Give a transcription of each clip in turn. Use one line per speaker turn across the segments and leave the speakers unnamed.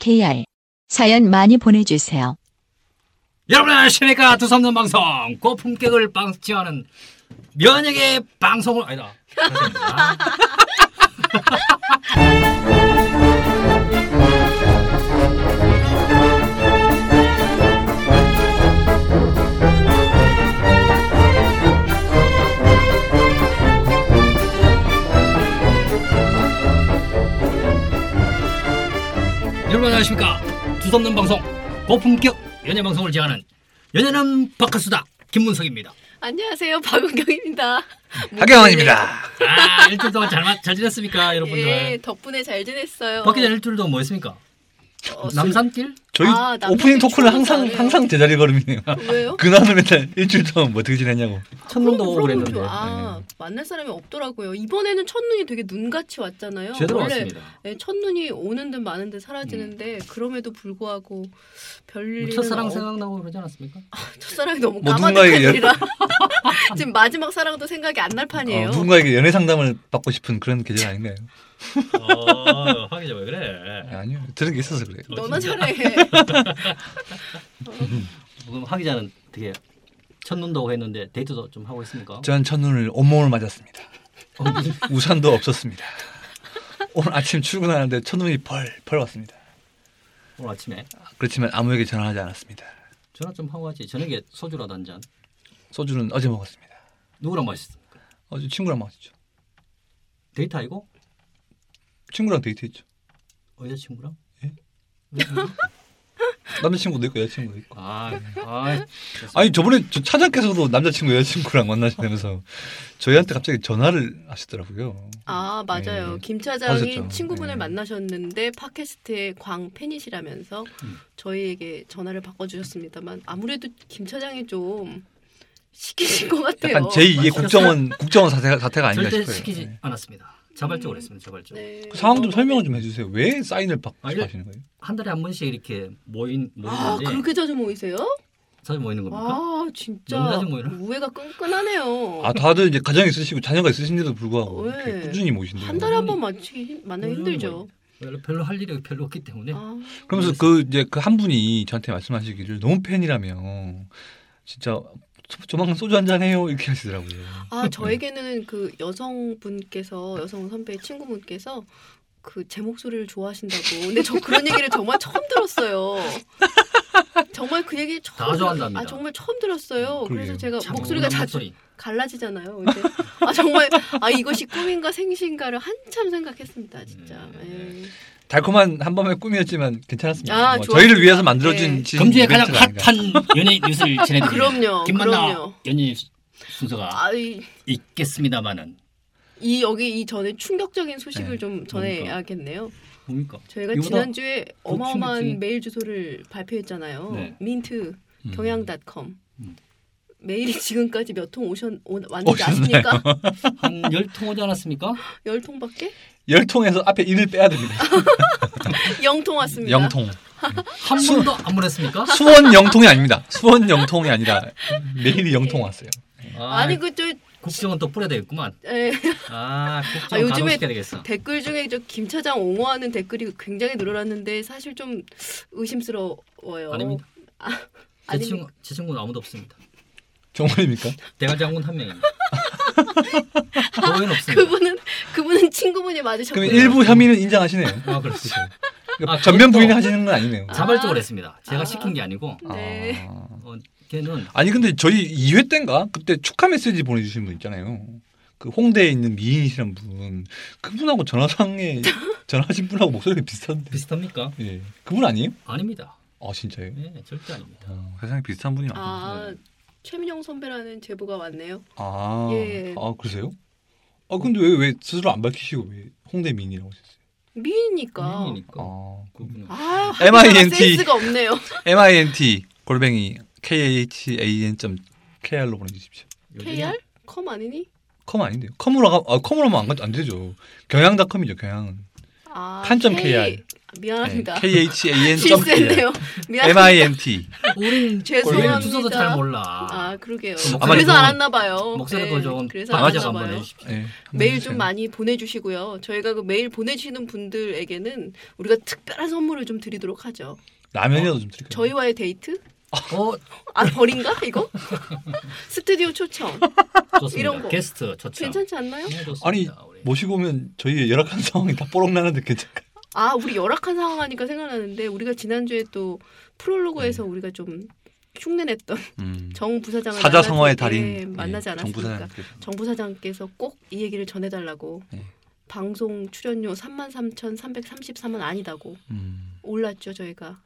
kr 사연 많이 보내주세요.
여러분 안녕하십니까 두섭는 방송 고품격을 방치하는 면역의 방송을 아니다 죄송합니다. 여러분 안녕하십니까 두섭는 방송 고품격 연예 방송을 제하는 연예남 박카수다 김문석입니다.
안녕하세요, 박은경입니다.
네. 박영원입니다.
아 일주일 동안 잘, 마- 잘 지냈습니까 여러분들?
예, 덕분에 잘 지냈어요.
밖에 일주일 동안 뭐 했습니까?
어, 술-
남산길?
저희
아, 남편이
오프닝 토크는
추억이
항상
나네요.
항상 제자리 걸음이네요.
왜요?
그나마 맨날 일주일 동안 뭐 어떻게 지냈냐고.
첫눈도 네.
그럼
오고
물어보면
그랬는데
좋아. 아, 만날 사람이 없더라고요. 이번에는 첫눈이 되게 눈같이 왔잖아요.
예. 제대로
원래
왔습니다. 음.
예, 첫눈이 오는 듯 많은 듯 사라지는데 그럼에도 불구하고 별일
뭐
어,
첫사랑 생각나고 그러지 않았습니까?
첫사랑이 너무
뭐
까마득한
누군가에게
일이라 지금 마지막 사랑도 생각이 안 날 판이에요.
어, 누군가에게 연애 상담을 받고 싶은 그런 계절 아닌가요?
어, 하기 전에 그래.
아니요. 들은 게 있어서 그래요.
너나 잘해.
그럼 하기 전에 되게 첫눈도 오고 했는데 데이트도 좀 하고 있습니까?
전 첫눈을 온몸을 맞았습니다. 우산도 없었습니다. 오늘 아침 출근하는데 첫눈이 벌벌 왔습니다.
오늘 아침에
그렇지만 아무에게 전화하지 않았습니다.
전화 좀 하고 왔지. 저녁에 소주라도 한 잔.
소주는 어제 먹었습니다.
누구랑 마셨습니까?
어제 친구랑 마셨죠.
데이트 아니고
친구랑 데이트했죠.
여자친구랑?
예?
왜 그래?
남자친구도 있고 여자친구도 있고.
아, 아,
아니 저번에 저 차장께서도 남자친구 여자친구랑 만나시면서 저희한테 갑자기 전화를 하시더라고요.
아 맞아요.
네.
김 차장이
맞았죠.
친구분을
네.
만나셨는데 팟캐스트의 광 팬이시라면서
음.
저희에게 전화를 바꿔주셨습니다만 아무래도 김 차장이 좀 시키신 것 같아요.
약간 제2의 국정원 국정원 사태가, 사태가 아닌가
절대
싶어요.
시키지
네.
않았습니다. 자발적으로 했습니다. 자발적으로.
네.
그 상황 좀 설명을 좀 해주세요. 왜 사인을 받고
아,
싶어
이게-
하시는 거예요?
한 달에 한 번씩 이렇게 모인
아
모이는데
그렇게 자주 모이세요?
자주 모이는 겁니까?
아 진짜
너무 자주 모이나?
우애가 끈끈하네요.
아 다들 이제 가정이 있으시고 자녀가 있으신데도 불구하고
네.
이렇게 꾸준히 모신다고
한 달에 한 번 만나기 힘- 만나기
요즘은 네.
힘들죠.
별로, 별로 할 일이 별로 없기 때문에
아,
그러면서 그 이제 그 한 분이 저한테 말씀하시기를 너무 팬이라며 진짜 조- 조만간 소주 한 잔 해요 이렇게 하시더라고요.
아 저에게는 그 여성분께서 여성 선배 친구분께서 그 제 목소리를 좋아하신다고. 근데 저 그런 얘기를 정말 처음 들었어요. 정말 그 얘기 처음
다
들었-
좋아한답니다.
아 정말 처음 들었어요. 그래서
그러게요.
제가
참
목소리가
좋은
자주
목소리.
갈라지잖아요. 근데 아 정말 아 이것이 꿈인가 생신가를 한참 생각했습니다. 진짜.
음, 네.
예.
달콤한 한 밤의 꿈이었지만 괜찮았습니다.
아,
뭐
좋았습니다.
저희를 위해서 만들어진
네.
지-
금주의 가장
이벤트가 아닌가.
핫한 연예 뉴스를 전해드립니다.
그럼요,
김만나
그럼요.
연예 순서가
아이
있겠습니다만은
이 여기 이 전에 충격적인 소식을
네,
좀 전해야겠네요.
뭡니까?
저희가
이보다
지난주에 어마어마한
충격적인-
메일 주소를 발표했잖아요.
네.
민트
음.
경향닷컴
음.
메일이 지금까지 몇 통 오셨 오, 왔는지
오셨나요?
아십니까?
한열통 오지 않았습니까?
열 통밖에?
열 통에서 앞에 이를 빼야 됩니다.
영통 왔습니다.
영통.
한 번도 안 보냈습니까?
수원 영통이 아닙니다. 수원 영통이 아니라 메일이 영통 왔어요.
아,
아니 그저
국정은 또 뿌려야 되겠구만. 아, 국정 아,
아, 요즘에-
요즘에 시켜야 되겠어.
댓글 중에 저 김 차장 옹호하는 댓글이 굉장히 늘어났는데 사실 좀 의심스러워요.
아닙니다. 제
아닙니까? 그
친구 제 친구는 아무도 없습니다.
정말입니까?
대관장군 한 명입니다. 그거는 없습니다.
그분은 그분은 친구분이 맞으셨고
그럼 일부 혐의는 인정하시네요.
아, 그렇습니다.
그러니까
아,
전면
그것도-
부인을 하시는 건 아니네요.
자발적으로 했습니다. 제가
아.
시킨 게 아니고
네.
아.
어, 걔는
아니 근데 저희 2회 때인가 그때 축하 메시지 보내주신 분 있잖아요. 그 홍대에 있는 미인이시란 분 그분하고 전화상에 전화하신 분하고 목소리가 비슷한데
비슷합니까?
예 그분 아니에요?
아닙니다.
아 진짜요?
예, 절대 아닙니다.
아, 세상에 비슷한 분이 많아.
아 최민영 선배라는 제보가 왔네요.
아,
예.
아 그러세요? 아 근데 왜 왜 스스로 안 밝히시고 왜 홍대 미인이라고 하셨어요?
미인이니까.
미인이니까.
아
그분은
그러니까. 아,
MINT.
센스가 없네요.
M I N T 골뱅이 K H A N K R로 보내주십시오.
요즘에
KR? 컴 아니니?
컴 아닌데요? 컴으로 가, 아, 컴으로 하면 안, 가- 안 되죠. 경향닷컴이죠, 경향.
아,
칸점
K.
KR.
미안합니다.
네,
네,
K H A N
실수했네요. 그러니까. 미안.
M I N T.
우린
죄송합니다.
우리는 주소도 잘 몰라.
아 그러게요.
목소리도
그래서
좀-
알았나 봐요.
목소리도
네,
좀
그래서
방아지
알았나
한번
봐요.
해주십시오.
네,
메일 좀 많이 보내주시고요. 저희가 그 메일 보내주시는 분들에게는 우리가 특별한 선물을 좀 드리도록 하죠.
라면이라도 좀
네.
드릴까요?
저희와의 데이트?
어,
아 버린가 이거? 스튜디오 초청
그렇죠. 좋습니다.
이런 거.
게스트 좋죠.
괜찮지 않나요?
네, 좋습니다.
아니,
우리.
모시고 오면 저희의 열악한 상황이 다 뽀록나는데 괜찮을까요?
아 우리 열악한 상황 하니까 생각나는데 우리가 지난주에 또
네.
프롤로그에서 우리가 좀 흉내냈던
음.
정 부사장을
사자
만나서-
성어의
예,
달인
만나지
예,
않았습니까?
정부사장
정 부사장께서 꼭 이 얘기를 전해달라고
네.
방송 출연료 33,333원 아니다고
음.
올랐죠 저희가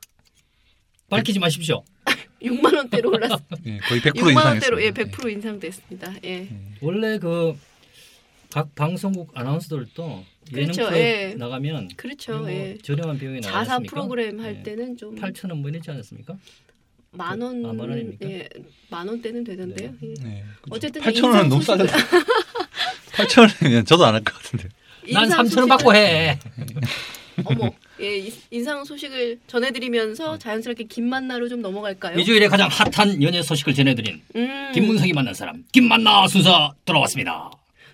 밝히지 마십시오.
6만 원대로 올랐
예, 거의 100%
6만
인상했어요.
원대로 예 100% 인상됐습니다. 예.
원래 그 각 방송국 아나운서들도 예능
그렇죠,
프로에
예.
나가면
그렇죠.
뭐
예.
저렴한 비용이 나왔습니까?
자사 프로그램 할
예.
때는 좀
8천 원뭐 이랬지 않았습니까?
만 원,
아, 만 원입니까?
예, 만 원대는 되던데요. 예.
네,
어쨌든
8천 원은 너무
인상
싸다. 8천 원이면 저도 안 할 것 같은데.
난
예. 인상
3천 원
소식을-
받고 해.
어머, 예, 이- 인상 소식을
네.
전해드리면서 자연스럽게 김 만나로 좀 넘어갈까요?
일주일에 가장 핫한 연예 소식을 전해드린
음,
김문석이 만난 사람 김만나 순서 돌아왔습니다.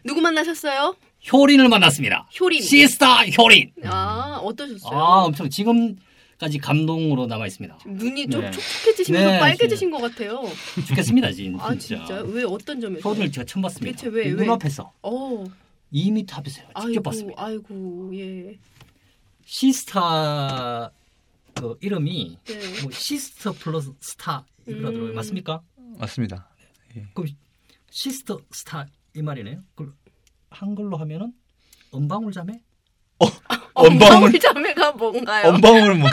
누구 만나셨어요?
효린을 만났습니다.
효린.
시스타 효린.
아, 어떠셨어요?
아 엄청 지금까지 감동으로 남아 있습니다.
눈이 좀
네.
촉촉해지시면서
네,
빨개지신 것 같아요.
죽겠습니다 지금
아,
진짜.
진짜 왜 어떤 점에서?
효린을 제가 처음 봤습니다.
대체 왜, 왜?
눈앞에서
어,
2m 앞에서 제가 직접
아이고,
봤습니다.
아이고, 예,
시스타 그 이름이
네.
뭐 시스터 플러스 스타 이거라더라고요.
음.
맞습니까?
맞습니다.
시스터 스타 이 말이네요. 그 한글로 하면은 은방울 자매?
엄방울
자매가 뭔가요?
엄방울 뭐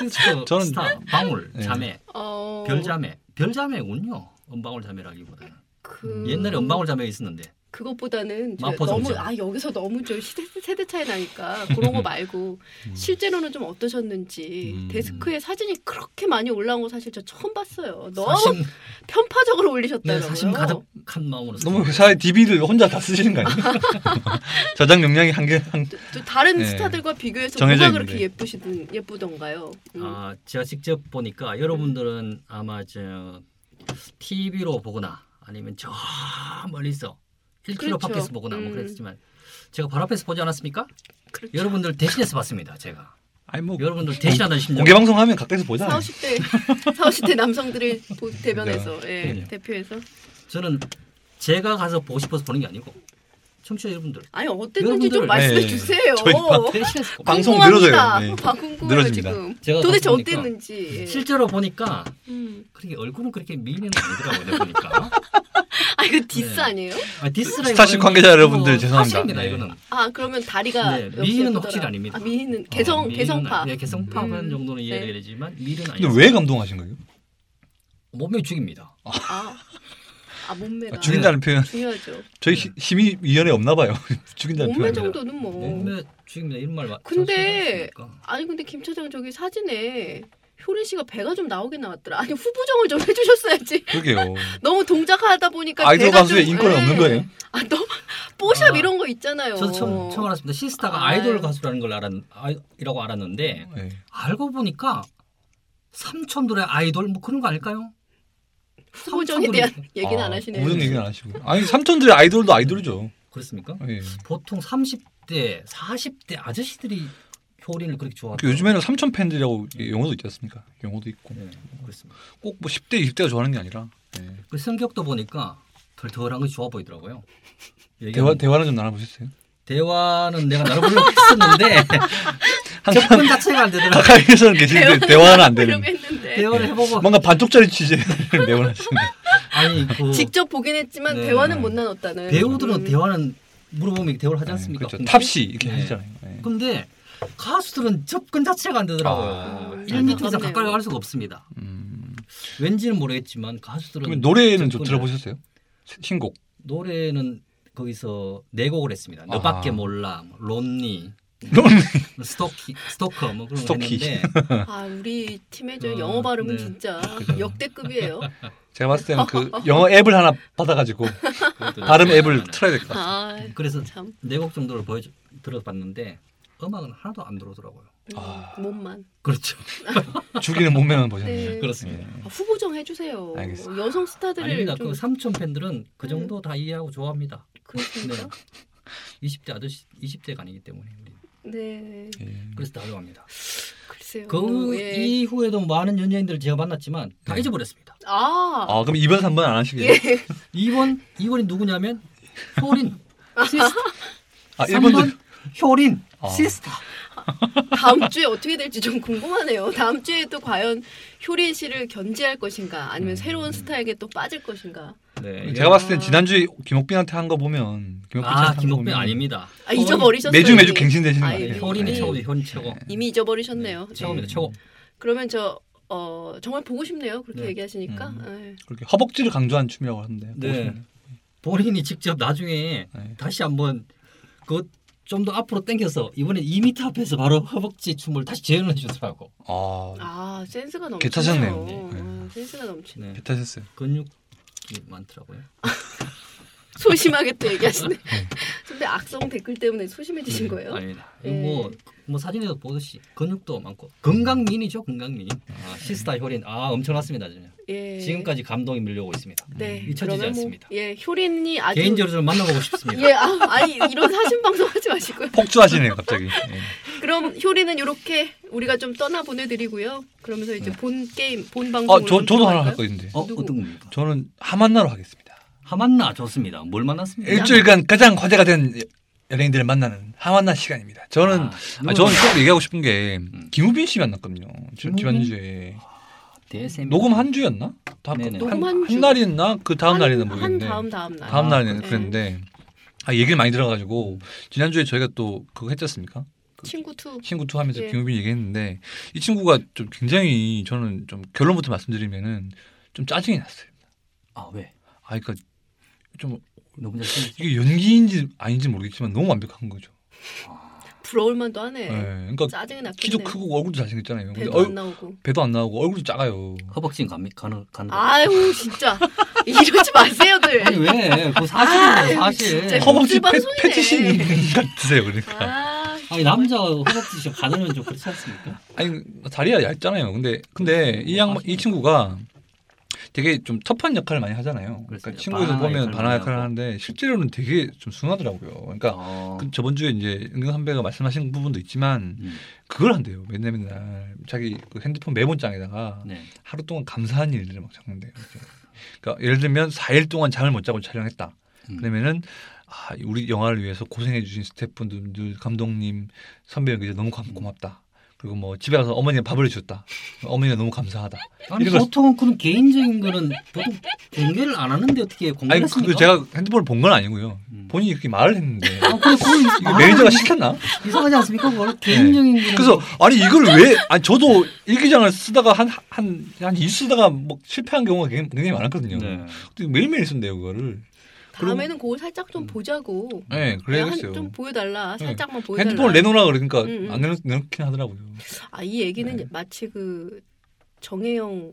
시스터
저는-
스타 방울
네.
자매
어,
별자매 별자매군요. 은방울 자매라기보다는
음.
그
옛날에 은방울 자매가 있었는데
그것보다는 저
마포
너무
정상.
아 여기서 너무 저 시대, 세대 차이 나니까 그런 거 말고
음.
실제로는 좀 어떠셨는지
음.
데스크에 사진이 그렇게 많이 올라온 거 사실 저 처음 봤어요. 너무
사심
편파적으로
네
올리셨더라고요.
사심 가득한 마음으로
너무 그 회사의 DB를 혼자 다 쓰시는 거 아니에요? 저장 용량이 한개 한.
또, 또 다른
네.
스타들과 비교해서
정해져
누가 그렇게
있는데.
예쁘시든 예쁘던가요? 음.
아, 제가 직접 보니까 여러분들은 아마 저 TV로 보거나 아니면 저 멀리서 1km
그렇죠.
밖에서 보거나 뭐
음.
그랬지만 제가 바로 앞에서 보지 않았습니까?
그렇죠.
여러분들 대신해서 봤습니다. 제가
아니 뭐
여러분들 대신하는 심정.
공개 방송 하면 가까이서 보자.
40, 50대 40, 50대 남성들을 보- 대변해서
네.
예,
그럼요.
대표해서
저는 제가 가서 보고 싶어서 보는 게 아니고 청취자 여러분들
아니 어땠는지
여러분들,
좀 말씀해
네.
주세요.
저희 방-
대신해서 보고
방송
궁금합니다.
늘어져요. 네.
아, 궁금해요
늘어집니다.
지금.
제가
도대체
가서 보니까
어땠는지. 예.
실제로 보니까
음.
그렇게 얼굴은 그렇게 미인은 아니더라고요. 내가 보니까
아 이거 디스
네.
아니에요?
아, 디스라
스타쉽
이거는
관계자 여러분들
뭐
죄송합니다.
사실입니다.
네.
이거는
아 그러면 다리가
네,
역시
미인은
예쁘더라.
확실히 아닙니다.
아 미인은 개성
미인은
개성파.
아니- 네, 개성파
음.
음. 정도는 이해가
네.
되지만 미인은 아니에요.
근데 왜 그- 감동하신 거예요?
몸매 죽입니다.
아, 아 몸매가
아, 죽인다는 표현.
중요하죠.
저희 시- 심의위원회 없나 봐요. 죽인다는
네. 몸매
표현.
정도는 뭐.
몸매 죽입니다. 이런 말 맞.
근데- 아니 근데 김 차장 저기 사진에 효린 씨가 배가 좀 나오게 나왔더라. 아니 후보정을 좀 해주셨어야지.
그러게요.
너무 동작하다 보니까
아이돌
배가
가수의
좀-
인권은
예.
없는 거예요?
아 너무 뽀샵
아,
이런 거 있잖아요.
저도 처음 처음 알았습니다. 시스타가
어. 아.
아, 이돌 가수라는 걸 알았 아이- 이라고 알았는데
네.
알고 보니까 삼촌들의 아이돌 뭐 그런 거 아닐까요?
후보정에 대한
삼촌들이-
얘기는
아,
안 하시네요.
무슨 얘기는 안 하시고. 아니 삼촌들의 아이돌도 아이돌이죠.
그렇습니까?
예.
보통 30대, 40대 아저씨들이 효린을 그렇게 좋아하
그 요즘에는 삼촌 팬들이라고 예, 용어도 있지 않습니까? 용어도 있고
그렇습니다
꼭 뭐 10대, 20대가 좋아하는 게 아니라 예.
그 성격도 보니까 덜덜한 게 좋아 보이더라고요.
대화
얘기하면-
대화는 좀 나눠보셨어요?
대화는 내가 나눠보려고 했었는데 접근 자체가 안 되더라고요.
가까이에서는 계시는데 대화는 안
하려고
되는.
했는데.
뭐,
대화를 해보고
뭔가 반쪽짜리 취재 내원하시는.
아니 그
직접 보긴 했지만
네.
대화는 못 나눴다는.
배우들은
음.
대화는 물어보면 대화를 하지 않습니까?
그렇죠.
근데-
탑시 이렇게
네.
하잖아요. 네.
근데 가수들은 접근 자체가 안
아,
되더라고요. 음. 일 1m 이상
안타깝네요.
가까이 갈 수가 없습니다.
음.
왠지는 모르겠지만 가수들은
그럼 노래는 좀
접근을-
들어보셨어요? 신곡.
노래는 거기서 네 곡을 했습니다. 너밖에
아.
몰라, 뭐, 론니, 스토키, 스토커 뭐 그런 거
스토키.
했는데
음.
아 우리 팀의 저
아,
어,
영어 발음은
네.
진짜 역대급이에요.
제가 봤을 때는 그 영어 앱을 하나 받아가지고
그것도
발음
이제
앱을
하나는.
틀어야 될 것 같아요.
아
그래서
참.
네 곡 정도를 보여 들어봤는데 음악은 하나도 안 들어오더라고요.
음,
아.
몸만.
그렇죠.
죽이는 몸매만 보셨네요. 예.
네.
그렇습니다.
아, 후보 정 해주세요.
알겠습니다.
여성 스타들을
아닙니다.
네. 좀 네.
그 삼촌 팬들은 그 정도 다 이해하고 좋아합니다.
그렇습니까?
20대 아저씨, 20대가 아니기 때문에 우리.
네.
예.
그래서 다 좋아합니다.
글쎄요.
그
음, 어, 예.
이후에도 많은 연예인들을 제가 만났지만 다
네.
잊어버렸습니다.
아,
아 그럼 이번 3번 안 하시겠어요?
이번 이번이 누구냐면 효린, 시스타.
아
3번
일본들
효린,
아.
시스타. 아.
다음 주에 어떻게 될지 좀 궁금하네요. 다음 주에 또 과연 효린 씨를 견제할 것인가, 아니면
음.
새로운 스타에게 또 빠질 것인가.
네,
제가 봤을 땐 지난주에 김옥빈한테 한 거 보면 김옥빈 씨한테
아
한거
김옥빈
보면
아닙니다.
아, 잊어버리셨어요.
매주 매주
이미.
갱신되시는 거
아,
네,
아니에요?
효린이
네.
최고죠. 효린 최고.
이미 잊어버리셨네요.
네,
예.
최고입니다. 최고.
그러면 저 어, 정말 보고 싶네요. 그렇게
네.
얘기하시니까.
그렇게 허벅지를 강조한 춤이라고 하는데
네. 본인이 직접 나중에
네.
다시 한번 그 좀 더 앞으로 당겨서 이번에 2m 앞에서 바로 허벅지 춤을 다시 재현해 주더라고.
예.
아
아, 센스가 넘치네요.
개타셨네요. 네.
아, 센스가 넘치네.
네.
배타셨어요.
근육이 많더라고요. 네.
소심하게 또 얘기하시네. 근데 악성 댓글 때문에
네.
소심해지신 거예요?
네. 아닙니다.
예.
뭐, 뭐 사진에서 보듯이 근육도 많고 건강민이죠 건강민.
네.
아, 시스타 효린 아 엄청났습니다 지금.
예.
지금까지 감동이 밀려오고 있습니다.
네.
잊혀지지
그러면 뭐,
않습니다.
예, 효린이 아주
개인적으로 좀 만나보고 싶습니다.
예, 아, 아니 이런 사심 방송 하지 마시고요.
폭주하시네요 갑자기. 예.
그럼 효리는 이렇게 우리가 좀 떠나 보내드리고요. 그러면서 이제
네.
본 게임 본 방송.
아저 저도 하나 할 거 있는데
어
누구?
어떤 겁니까?
저는 하만나로 하겠습니다.
하만나 좋습니다. 뭘 만났습니까?
일주일간 가장 화제가 된 연예인들을 만나는 하만나 시간입니다. 저는 아, 저는 꼭 얘기하고 싶은 게
음.
김우빈 씨 만났거든요. 지-
김우빈?
지난주에
대세
녹음 한 주였나? 다음
네네.
한,
녹음 한 주.
한 날이었나? 그 다음 날이나
한
모르겠는데
다음 다음 날. 네.
다음
아,
날에
그래.
그랬는데 아 얘기를 많이 들어가지고 지난주에 저희가 또 그거 했잖습니까?
친구 투.
친구 투 하면서
예.
김우빈 얘기했는데 이 친구가 좀 굉장히 저는 좀 결론부터 말씀드리면은 좀 짜증이 났어요.
아 왜?
아 그러니까 좀
너무 잘생겼죠.
이게 연기인지 아닌지 모르겠지만 너무 완벽한 거죠.
아,
부러울만도 하네.
예. 그러니까
짜증이 났겠네.
키도 크고 얼굴도 잘생겼잖아요. 근데
배도
얼-
안 나오고.
배도 안 나오고 얼굴도 작아요.
허벅지는 간 가는 가는.
아유 진짜 이러지 마세요들.
아니 왜? 그거 사실이에요 사실.
아, 진짜. 무슨
허벅지 패,
방송이네.
패티시 있는 분 같으세요, 그러니까.
아,
아니 남자 허벅지 좀 가늘면 좀 그렇지 않습니까?
아니 다리가 얇잖아요. 근데 근데 이 양반 이 친구가 되게 좀 터프한 역할을 많이 하잖아요. 그러니까
그렇습니다.
친구에서
바나나
보면
역할을
바나
많이
역할을
하고.
하는데 실제로는 되게 좀 순하더라고요. 그러니까
어.
그 저번 주에 이제 은근 선배가 말씀하신 부분도 있지만
음,
그걸 한대요. 맨날 맨날 자기 그 핸드폰 메모장에다가
네.
하루 동안 감사한 일들을 막 적는데요. 그러니까 예를 들면 4일 동안 잠을 못 자고 촬영했다.
음.
그러면은 아, 우리 영화를 위해서 고생해 주신 스태프분들, 감독님, 선배 연기자 너무 감- 고맙다. 그리고 뭐 집에 가서 어머니가 밥을 해줬다. 어머니가 너무 감사하다.
아니
이런 거-
보통 그런 개인적인 거는 보통 공개를 안 하는데 어떻게
아니
공개를
그
했습니까?
제가 핸드폰을 본 건 아니고요.
음.
본인이 그렇게 말을 했는데
아, 근데 그건
이게
아,
매니저가 시켰나?
이상하지 않습니까? 그걸 개인적인 거는
그래서 아니 이걸 왜? 아니 저도 일기장을 쓰다가 한 한한일 쓰다가 뭐 실패한 경우가 굉장히 굉장히 많았거든요.
네.
근데 매일매일 쓴대요 그거를.
다음에는 그걸 살짝 좀 보자고.
네,
그냥 한-
그래야겠어요.
좀 보여달라.
네.
살짝만 보여달라.
핸드폰 내놓으라 그러니까
음, 음.
안 내놓, 내놓긴 하더라고요.
아, 이 얘기는
네.
마치 그 정혜영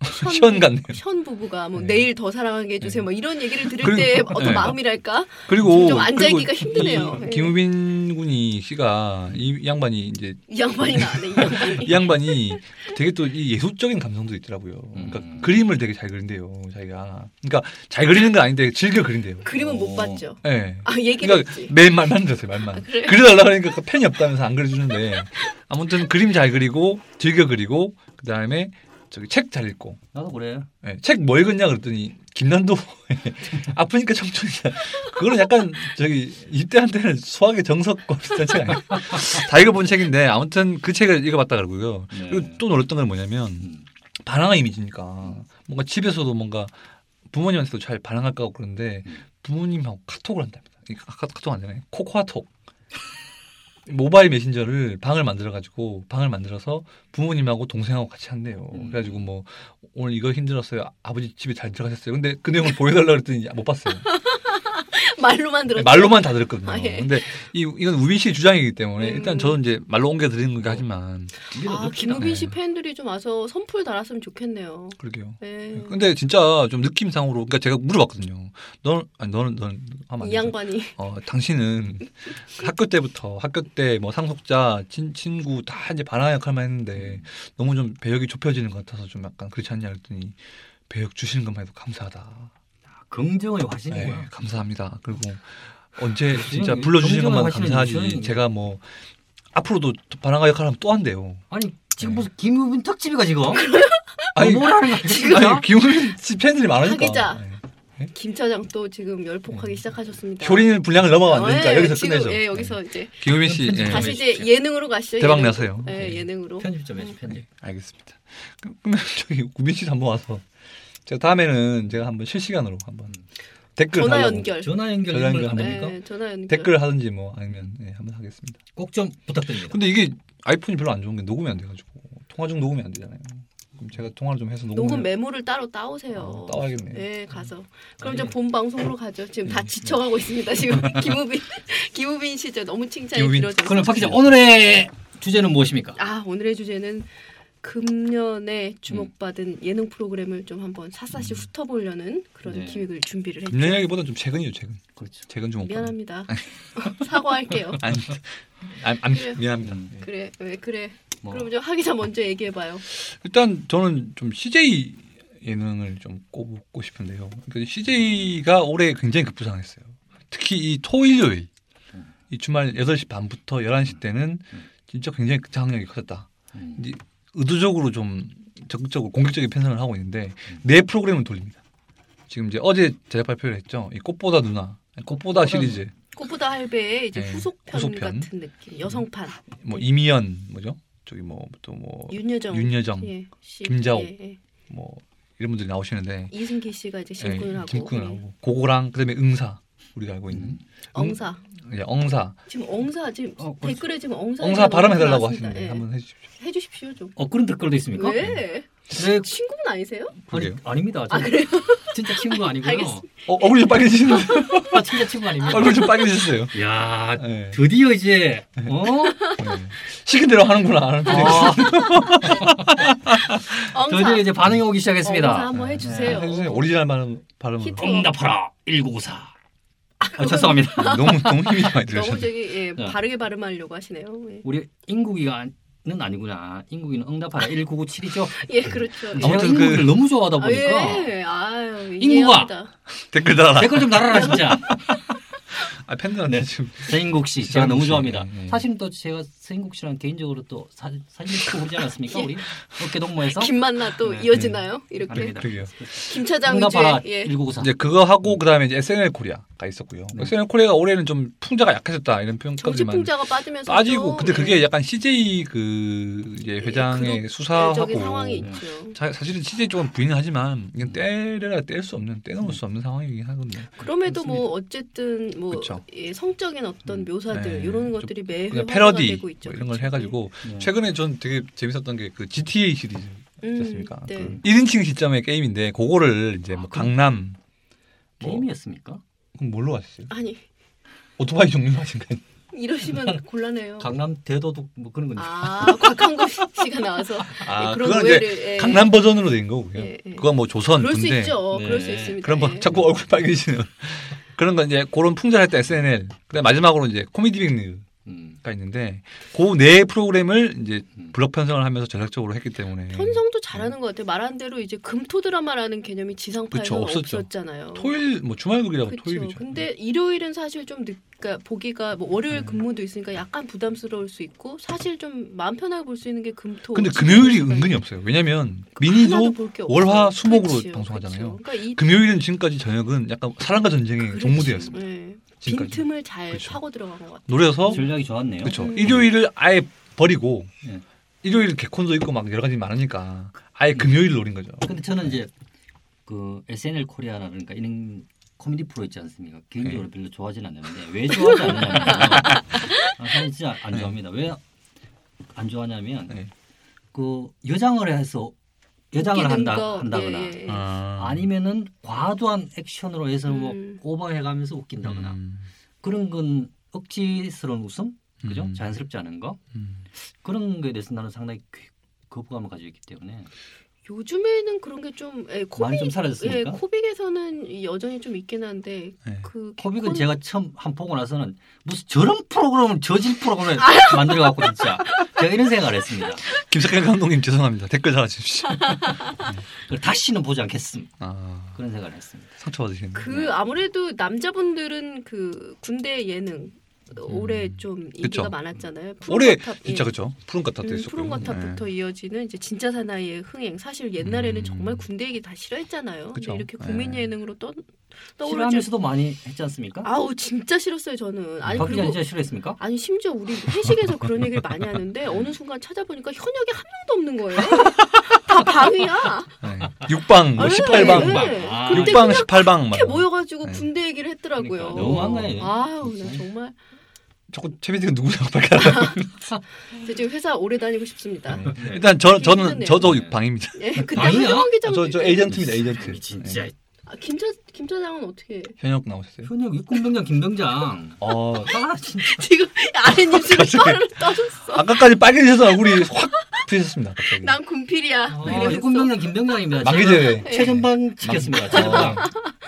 시원 같네요.
현 부부가 뭐
네.
내일 더 사랑하게 해주세요. 뭐 이런 얘기를 들을
그리고-
때 어떤
네.
마음이랄까?
그리고
좀 앉아있기가
그리고
힘드네요.
이
예.
김우빈 군이 씨가 이 양반이 이제
이 양반이 나네. 이 양반이.
이 양반이 되게 또 이 예술적인 감성도 있더라고요. 그러니까
음.
그림을 되게 잘 그린대요, 자기가. 그러니까 잘 그리는 건 아닌데 즐겨 그린대요.
그림은
오.
못 봤죠.
예.
아 얘기를
그러니까
했지.
맨 말만 들었어요, 말만.
아, 그래요?
그려달라 그러니까 그 펜이 없다면서 안 그려주는데 아무튼 그림 잘 그리고 즐겨 그리고 그 다음에 저기 책 잘 읽고
나도 그래.
책 뭐 읽었냐 그랬더니 김난도 아프니까 청춘이야. 그거는 약간 저기 이때한테는 수학의 정석과 비슷한 책 아니야. 다 읽어본 책인데 아무튼 그 책을 읽어봤다 그러고요.
네.
음.
그리고 또 놀랐던 건 뭐냐면
음.
바나나 이미지니까 뭔가 집에서도 뭔가 부모님한테도 잘 반항할까 하고 그런데
음.
부모님하고 카톡을 한답니다. 이 카- 카- 카톡 안 되나요? 코코아톡. 모바일 메신저를 방을 만들어 가지고 방을 만들어서 부모님하고 동생하고 같이 한대요.
음.
그래가지고 뭐 오늘 이거 힘들었어요. 아버지 집에 잘 들어가셨어요. 근데 그 내용을 보여달라 그랬더니 못 봤어요.
말로만 들었죠.
말로만 다 들었거든요.
아, 예.
근데 이, 이건 우빈 씨의 주장이기 때문에
음.
일단 저는 이제 말로 옮겨 드리는 거긴 하지만
아, 김우빈
네.
씨 팬들이 좀 와서 선풀 달았으면 좋겠네요.
그러게요.
네.
근데 진짜 좀 느낌상으로 그러니까 제가 물어봤거든요. 너는 아니 너는 너는 하면 안
이
되죠.
양반이
어, 당신은 학교 때부터 학교 때 뭐 상속자, 친, 친구 다 이제 반항 역할만 했는데 너무 좀 배역이 좁혀지는 것 같아서 좀 약간 그렇지 않냐 그랬더니 배역 주시는 것만 해도 감사하다.
긍정의
네,
화신이구나.
감사합니다. 그리고 언제
아, 그건
진짜
정정을
불러주시는 것만
하시는
감사하지.
미션이네.
제가 뭐 앞으로도 반항 역할하면 또 한대요.
아니 지금
네.
무슨 김우빈 특집이가 지금?
아니,
뭐라는 거야 지금?
아니 김우빈 씨 팬들이 많으니까.
자기자.
네.
김 차장 또 지금 열폭하기 시작하셨습니다.
효린 분량을 넘어가면 안 되니까
예,
여기서
지금,
끝내죠.
예, 여기서 이제
네. 김우빈 씨 예.
다시 이제 예능으로 가시죠.
대박
예능으로.
나세요.
예,
예.
예능으로.
편집 좀 해줘 편집.
알겠습니다. 그- 그러면 저기 구빈 씨도 한번 와서 제가 다음에는 제가 한번 실시간으로 한번 댓글
전화
달라고
연결.
전화 연결
전화
인물
연결 한번
가능합니까?
예, 전화 연결.
댓글 하든지 뭐 아니면 예, 한번 하겠습니다.
꼭 좀 부탁드립니다.
근데 이게 아이폰이 별로 안 좋은 게 녹음이 안 돼가지고 통화 중 녹음이 안 되잖아요. 그럼 제가 통화를 좀 해서 녹음을
녹음 메모를 따로 따오세요.
어, 따와야겠네.
예, 가서. 그럼
아니.
이제 본 방송으로 가죠. 지금 다 지쳐가고 있습니다. 지금 김우빈 김우빈 씨 진짜 너무 칭찬이
김우빈.
길어져서.
그럼 박 기자 오늘의 주제는 무엇입니까?
아 오늘의 주제는 금년에 주목받은 예능 프로그램을 좀 한번 샅샅이 훑어보려는 그런
네.
기획을 준비를 했죠.
김년 얘기보다 좀 최근이요 최근.
그렇죠.
최근 좀 오빠.
미안합니다. 사과할게요.
아니, 아니, 아니
그래요.
미안합니다. 예.
그래 왜 그래?
뭐
그럼 좀 하기자 먼저 얘기해봐요.
일단 저는 좀 CJ 예능을 좀 꼽고 싶은데요. 그러니까 CJ가 올해 굉장히 급부상했어요. 특히 이 토일요일 이 주말 8시 반부터 11시 때는 진짜 굉장히 장악력이 커졌다.
음.
이제 의도적으로 좀 적극적으로 공격적인 편성을 하고 있는데 네 프로그램을 돌립니다. 지금 이제 어제 제작 발표를 했죠. 이 꽃보다 누나, 아니, 꽃보다 시리즈,
꽃보다 할배의 이제
네,
후속편,
후속편.
같은 느낌, 여성판,
뭐 이미연 뭐죠? 저기 뭐또뭐
윤여정,
윤여정,
예, 씨,
김자옥.
예, 예.
뭐 이런 분들이 나오시는데
이승기 씨가 이제 심근을 하고,
김꾼을
예.
하고 고거랑 그다음에 응사 우리가 알고 있는
엉사.
예, 엉사
지금 엉사 지금
어, 그렇죠.
댓글에 지금 엉사
엉사 발음해달라고
나왔습니다.
하시는데
예.
한번 그러니까? 해주십시오.
해주십시오 좀.
어 그런 댓글도 있습니까? 네.
왜? 친구는 아니세요?
아니,
그게요.
아닙니다.
아
저는
그래요?
진짜 친구 아니고요.
알겠습니다.
어, 얼굴 좀 빨개지시는데
아, 진짜 친구 아닙니다.
얼굴 좀 빨개지셨어요.
야
예.
드디어 이제
네.
어?
예. 시킨 대로 하는구나. 하는 표정.
아,
엉사.
드디어 이제 반응이 오기
엉사
시작했습니다.
한번
네.
해주세요.
어.
해주세요. 오리지널 발음 발음으로
히트.
응답하라 1994. 아, 죄송합니다.
너무 너무 힘이
너무
많이 들으셨네요.
저기 예,
네.
바르게 발음하려고 하시네요. 예,
우리 인국이가는 아니구나. 인국이는 응답하라 1997이죠.
예, 그렇죠. 예.
제가
아무튼 그러니까? 그-
인국이를 너무 좋아하다
아,
보니까
예, 아유,
인구가.
이해합니다.
댓글 달아라.
댓글 좀 달아라 진짜.
아, 팬들한테
네.
지금
서인국 씨 제가
서인국
너무
씨,
좋아합니다.
예, 예.
사실 또 제가 서인국 씨랑 개인적으로 또 사, 사진 찍고 그러지 않았습니까 우리 어깨 동무에서
김만나 또
네.
이어지나요? 이렇게
아닙니다.
그게요.
김 차장
응답하라
위주의 예.
1994.
이제 그거 하고 그다음에 이제 SNL 코리아가 있었고요.
네.
SNL 코리아가 올해는 좀 풍자가 약해졌다 이런
정치
평가지만
풍자가 빠지면서
빠지고
좀,
근데
예,
그게 약간 CJ 그 이제 회장의
그룹
수사하고 네.
적인 상황이 있죠.
자- 사실은 CJ 쪽은 부인하지만
음.
이건 때려야 뗄 수 없는 떼놓을 수 없는 상황이긴 하거든요.
그럼에도 뭐 어쨌든 뭐
그쵸.
예, 성적인 어떤
음.
묘사들
네.
이런
좀
것들이 매회
그냥
화제가
패러디
되고 있죠.
뭐 이런
음.
걸
그쵸?
해가지고
네.
최근에 전 되게 재밌었던 게 그 GTA 시리즈
예. 음,
있었습니까?
네.
그 1인칭 시점의 게임인데 그거를 이제 뭐
아, 그럼-
강남 뭐-
게임이었습니까?
그럼 뭘로 하시죠?
아니
오토바이 종류로 하신가요?
이러시면 곤란해요.
강남 대도둑 뭐 그런 건데.
어. 아 곽한구 씨가 나와서
아
예, 그런
그건 이제
오해를 예.
강남 버전으로 된 거고요.
예, 예.
그건 뭐 조선
그럴 수
군대
있죠.
네.
그럴 수 있습니다.
그런 거
예.
자꾸 얼굴 빨개지는 그런 건 이제 그런 풍자할 때 SNL 그다음 마지막으로 이제 코미디 빅리그가
음.
있는데 그 네 프로그램을 이제
음.
블럭 편성을 하면서 전략적으로 했기 때문에
편성도 잘하는 것 같아요. 말한 대로 이제 금토 드라마라는 개념이
그쵸,
지상파에서
없었죠.
없었잖아요.
토일 뭐 주말극이라고
그렇죠.
토일이죠. 네.
근데 일요일은 사실 좀 늦, 그러니까 보기가 뭐
음.
월요일 근무도 있으니까 약간 부담스러울 수 있고 사실 좀 마음 편하게 볼 수 있는 게 금토.
근데 금요일이
그러니까
은근히 없어요. 왜냐면
하나도
미니도
볼게
월화,
없어요.
수목으로
그렇지요,
방송하잖아요.
그렇죠. 그러니까 이
금요일은 지금까지 저녁은 약간 사랑과 전쟁의
그렇죠.
종무대였습니다.
예.
지금까지
빈틈을 잘
그렇죠.
파고 들어간 것 같아요.
노려서
전략이 좋았네요.
그렇죠.
음.
일요일을 아예 버리고
네. 예.
일요일 개콘도 있고 막 여러 가지 많으니까 아예 금요일 노린 거죠.
근데 저는 이제 그 SNL 코리아라든가 그러니까 이런 코미디 프로 있지 않습니까? 개인적으로
네.
별로 좋아하진 않는데 왜 좋아하지 않냐면 아, 사실 진짜 안 좋아합니다. 왜 안 좋아하냐면
네.
그 여장을 해서 여장을
웃기는
한다
거,
한다거나 어.
예, 예, 예.
아,
아니면은 과도한 액션으로 해서 뭐
음.
오버해가면서 웃긴다거나
음,
그런 건 억지스러운 웃음 그죠?
음.
자연스럽지 않은 거
음.
그런 거에 대해서 나는 상당히 귀- 거부감을 가지고 있기 때문에
요즘에는 그런 게좀 예,
많이
코빅
좀
예,
사라졌습니까? 예.
코빅에서는 여전히 좀 있긴 한데
네.
그
코빅은
개콘-
제가 처음 한 보고 나서는 무슨 저런 프로그램을 저질 프로그램을 만들어 갖고 진짜 제가 이런 생각을 했습니다.
김석현 감독님 죄송합니다. 댓글 달아주십시오.
그걸 다시는 보지 않겠음
아,
그런 생각을 했습니다.
상처받으시겠네.
그 아무래도 남자분들은 그 군대 예능 올해
음.
좀 인기가
그쵸.
많았잖아요.
올해
푸른거탑, 예.
진짜 그죠? 푸른 것탑도
음,
있었고.
푸른거탑부터
네.
이어지는 이제 진짜 사나이의 흥행. 사실 옛날에는
음.
정말 군대 얘기 다 싫어했잖아요.
그쵸.
근데 이렇게 국민
예.
예능으로 떠 떠오르지.
네. 싫어하면서도 많이 했지 않습니까?
아우 진짜 싫었어요 저는. 아니
박기자
그리고
진짜 싫어했습니까?
아니 심지어 우리 회식에서 그런 얘기를 많이 하는데
네.
어느 순간 찾아보니까 현역이 한 명도 없는 거예요. 다 방이야.
네. 네. 6방, 뭐
예,
18방, 막.
예.
아,
근데
6방,
그냥
18방 막.
이렇게 뭐 모여가지고
네.
군대 얘기를 했더라고요.
그러니까 너무한 거예요.
아우 나 정말
자꾸 최민희가 누구냐고 밝혀.
저 지금 회사 오래 다니고 싶습니다.
네. 일단 저 저는
힘드네요.
저도 6방입니다.
예, 그때
아니야.
황 기장
저 저 에이전트입니다. 에이전트. 네.
진짜
아, 김차 김 차장은 어떻게
현역 나오셨어요?
현역 육군병장 김병장
어
아 진짜
지금 아래 입술을 떠를 떠줬어.
아까까지 빨개지셔서 얼굴이 확 피셨습니다. 갑자기.
난 군필이야.
아,
이러면서.
육군병장 김병장입니다.
만기제
예.
저는 최전방 지켰습니다. 최전방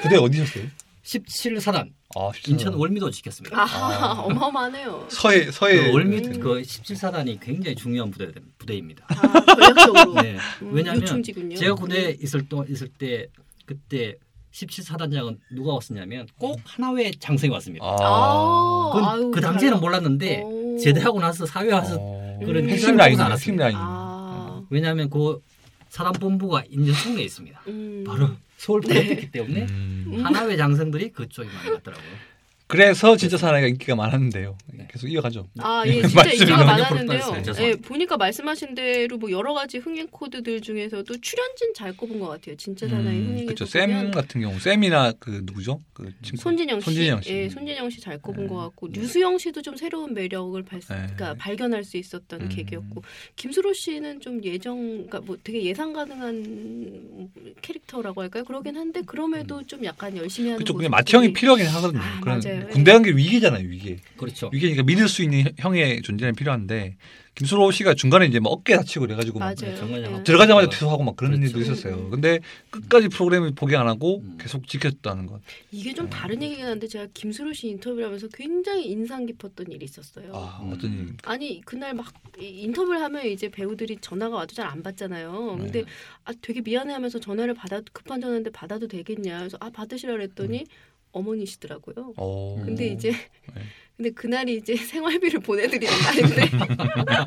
부대 어. 어디셨어요?
17사단
아
인천 월미도 지켰습니다.
아, 어마어마하네요.
서해 서해
그 월미
음.
그 17사단이 굉장히 중요한 부대 부대입니다.
아, 전략적으로
네.
음,
왜냐하면
요충지군요.
제가 군대 있을 동 있을 때 그때 17사단장은 누가 왔었냐면 꼭 하나회 장성이 왔습니다.
아,
그건
아유,
그 당시에는
잘-
몰랐는데
오.
제대하고 나서 사회 와서 그런
어. 핵심
행사를 보고서
라인 핵심
알았습니다.
라인.
아,
왜냐하면 그 사단 본부가 인천동에 있습니다.
음.
바로 서울 본부였기 때문에
음.
하나회 장성들이 그쪽이 많이 갔더라고요.
그래서 진짜 사나이가 인기가 많았는데요.
네.
계속 이어가죠.
아, 예, 진짜
말씀이
인기가
너무
많았는데요.
불편했어요.
예,
죄송합니다.
보니까 말씀하신 대로 뭐 여러 가지 흥행 코드들 중에서도 출연진 잘 꼽은 것 같아요. 진짜 사나이 흥행에서
그렇죠.
보면
쌤 같은 경우 쌤이나 그 누구죠? 그 친구.
손진영 씨,
손진영 씨.
예, 손진영 씨 잘 꼽은
네.
것 같고 류수영 씨도 좀 새로운 매력을 발,
네.
그러니까 발견할 수 있었던
음.
계기였고 김수로 씨는 좀 예정, 그러니까 뭐 되게 예상 가능한 캐릭터라고 할까요? 그러긴 한데 그럼에도 좀 약간 열심히 하는
음. 그렇죠. 그냥
모습이-
마치 형이 필요하긴 하거든요.
아,
그런
맞아요.
군대 간 게 위기잖아요. 위기.
그렇죠.
위기니까 믿을 수 있는 형- 형의 존재는 필요한데 김수로 씨가 중간에 이제 막 어깨 다치고 그래가지고 막
맞아요.
네,
음.
정말
예.
약-
들어가자마자 퇴소하고 막 그런
그렇죠.
일도 있었어요. 근데 끝까지 프로그램을 포기 안 하고
음.
계속 지켰다는 것.
이게
네.
좀 다른 얘기긴 한데 제가 김수로 씨 인터뷰를 하면서 굉장히 인상 깊었던 일이 있었어요.
아
음.
어떤 일?
아니 그날 막 이- 인터뷰를 하면 이제 배우들이 전화가 와도 잘 안 받잖아요.
네.
근데 아 되게 미안해하면서 전화를 받아 급한 전화인데 받아도 되겠냐? 그래서 아 받으시라 그랬더니
음.
어머니시더라고요.
어.
근데 이제
네.
근데 그날이 이제 생활비를 보내드리는 날인데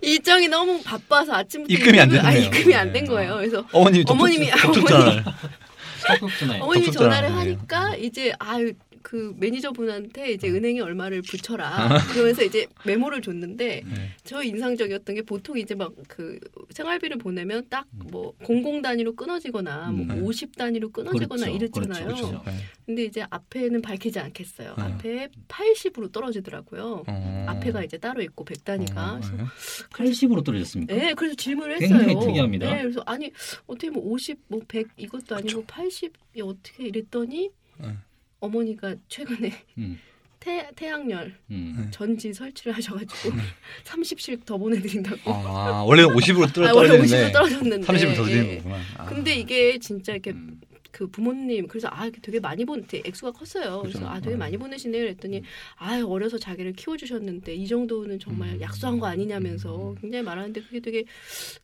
일정이 너무 바빠서 아침부터
입금이 안
입금- 아,
됐네요.
입금이 안 된
네.
거예요. 그래서
어머님이
어머님이-
접촉전화를
성격전에
어머님이
접속자라
전화를
그러네요.
하니까 이제 아 그 매니저분한테 이제
어.
은행에 얼마를 붙여라
아.
그러면서 이제 메모를 줬는데
네.
저 인상적이었던 게 보통 이제 막 그 생활비를 보내면 딱 뭐 공공 단위로 끊어지거나
음.
뭐 50 단위로 끊어지거나
그렇죠.
이랬잖아요.
그렇죠. 음. 그렇죠.
네.
근데 이제 앞에는 밝히지 않겠어요.
네.
앞에 80으로 떨어지더라고요.
음.
어.
앞에가 이제 따로 있고 100단위가. 그래서
네.
80으로 떨어졌습니까?
네, 그래서 질문을 했어요.
굉장히 특이합니다.
네, 그래서 아니 어떻게 뭐 50, 뭐 100 이것도 아니고 80이 어떻게 이랬더니
네.
어머니가 최근에
음.
태, 태양열
음.
전지 설치를 하셔가지고 30씩 더 보내드린다고.
음. 아 원래 50으로
아, 원래 50으로
떨어지는데
떨어졌는데
30을 더
예.
드리는 거구나. 아.
근데 이게 진짜 이렇게
음.
그 부모님 그래서 아 이렇게 되게 많이 본 되게 액수가 컸어요. 그래서
그죠.
아 되게
음.
많이 보내시네 그랬더니 아 어려서 자기를 키워주셨는데 이 정도는 정말
음.
약속한 거 아니냐면서 굉장히 말하는데 그게 되게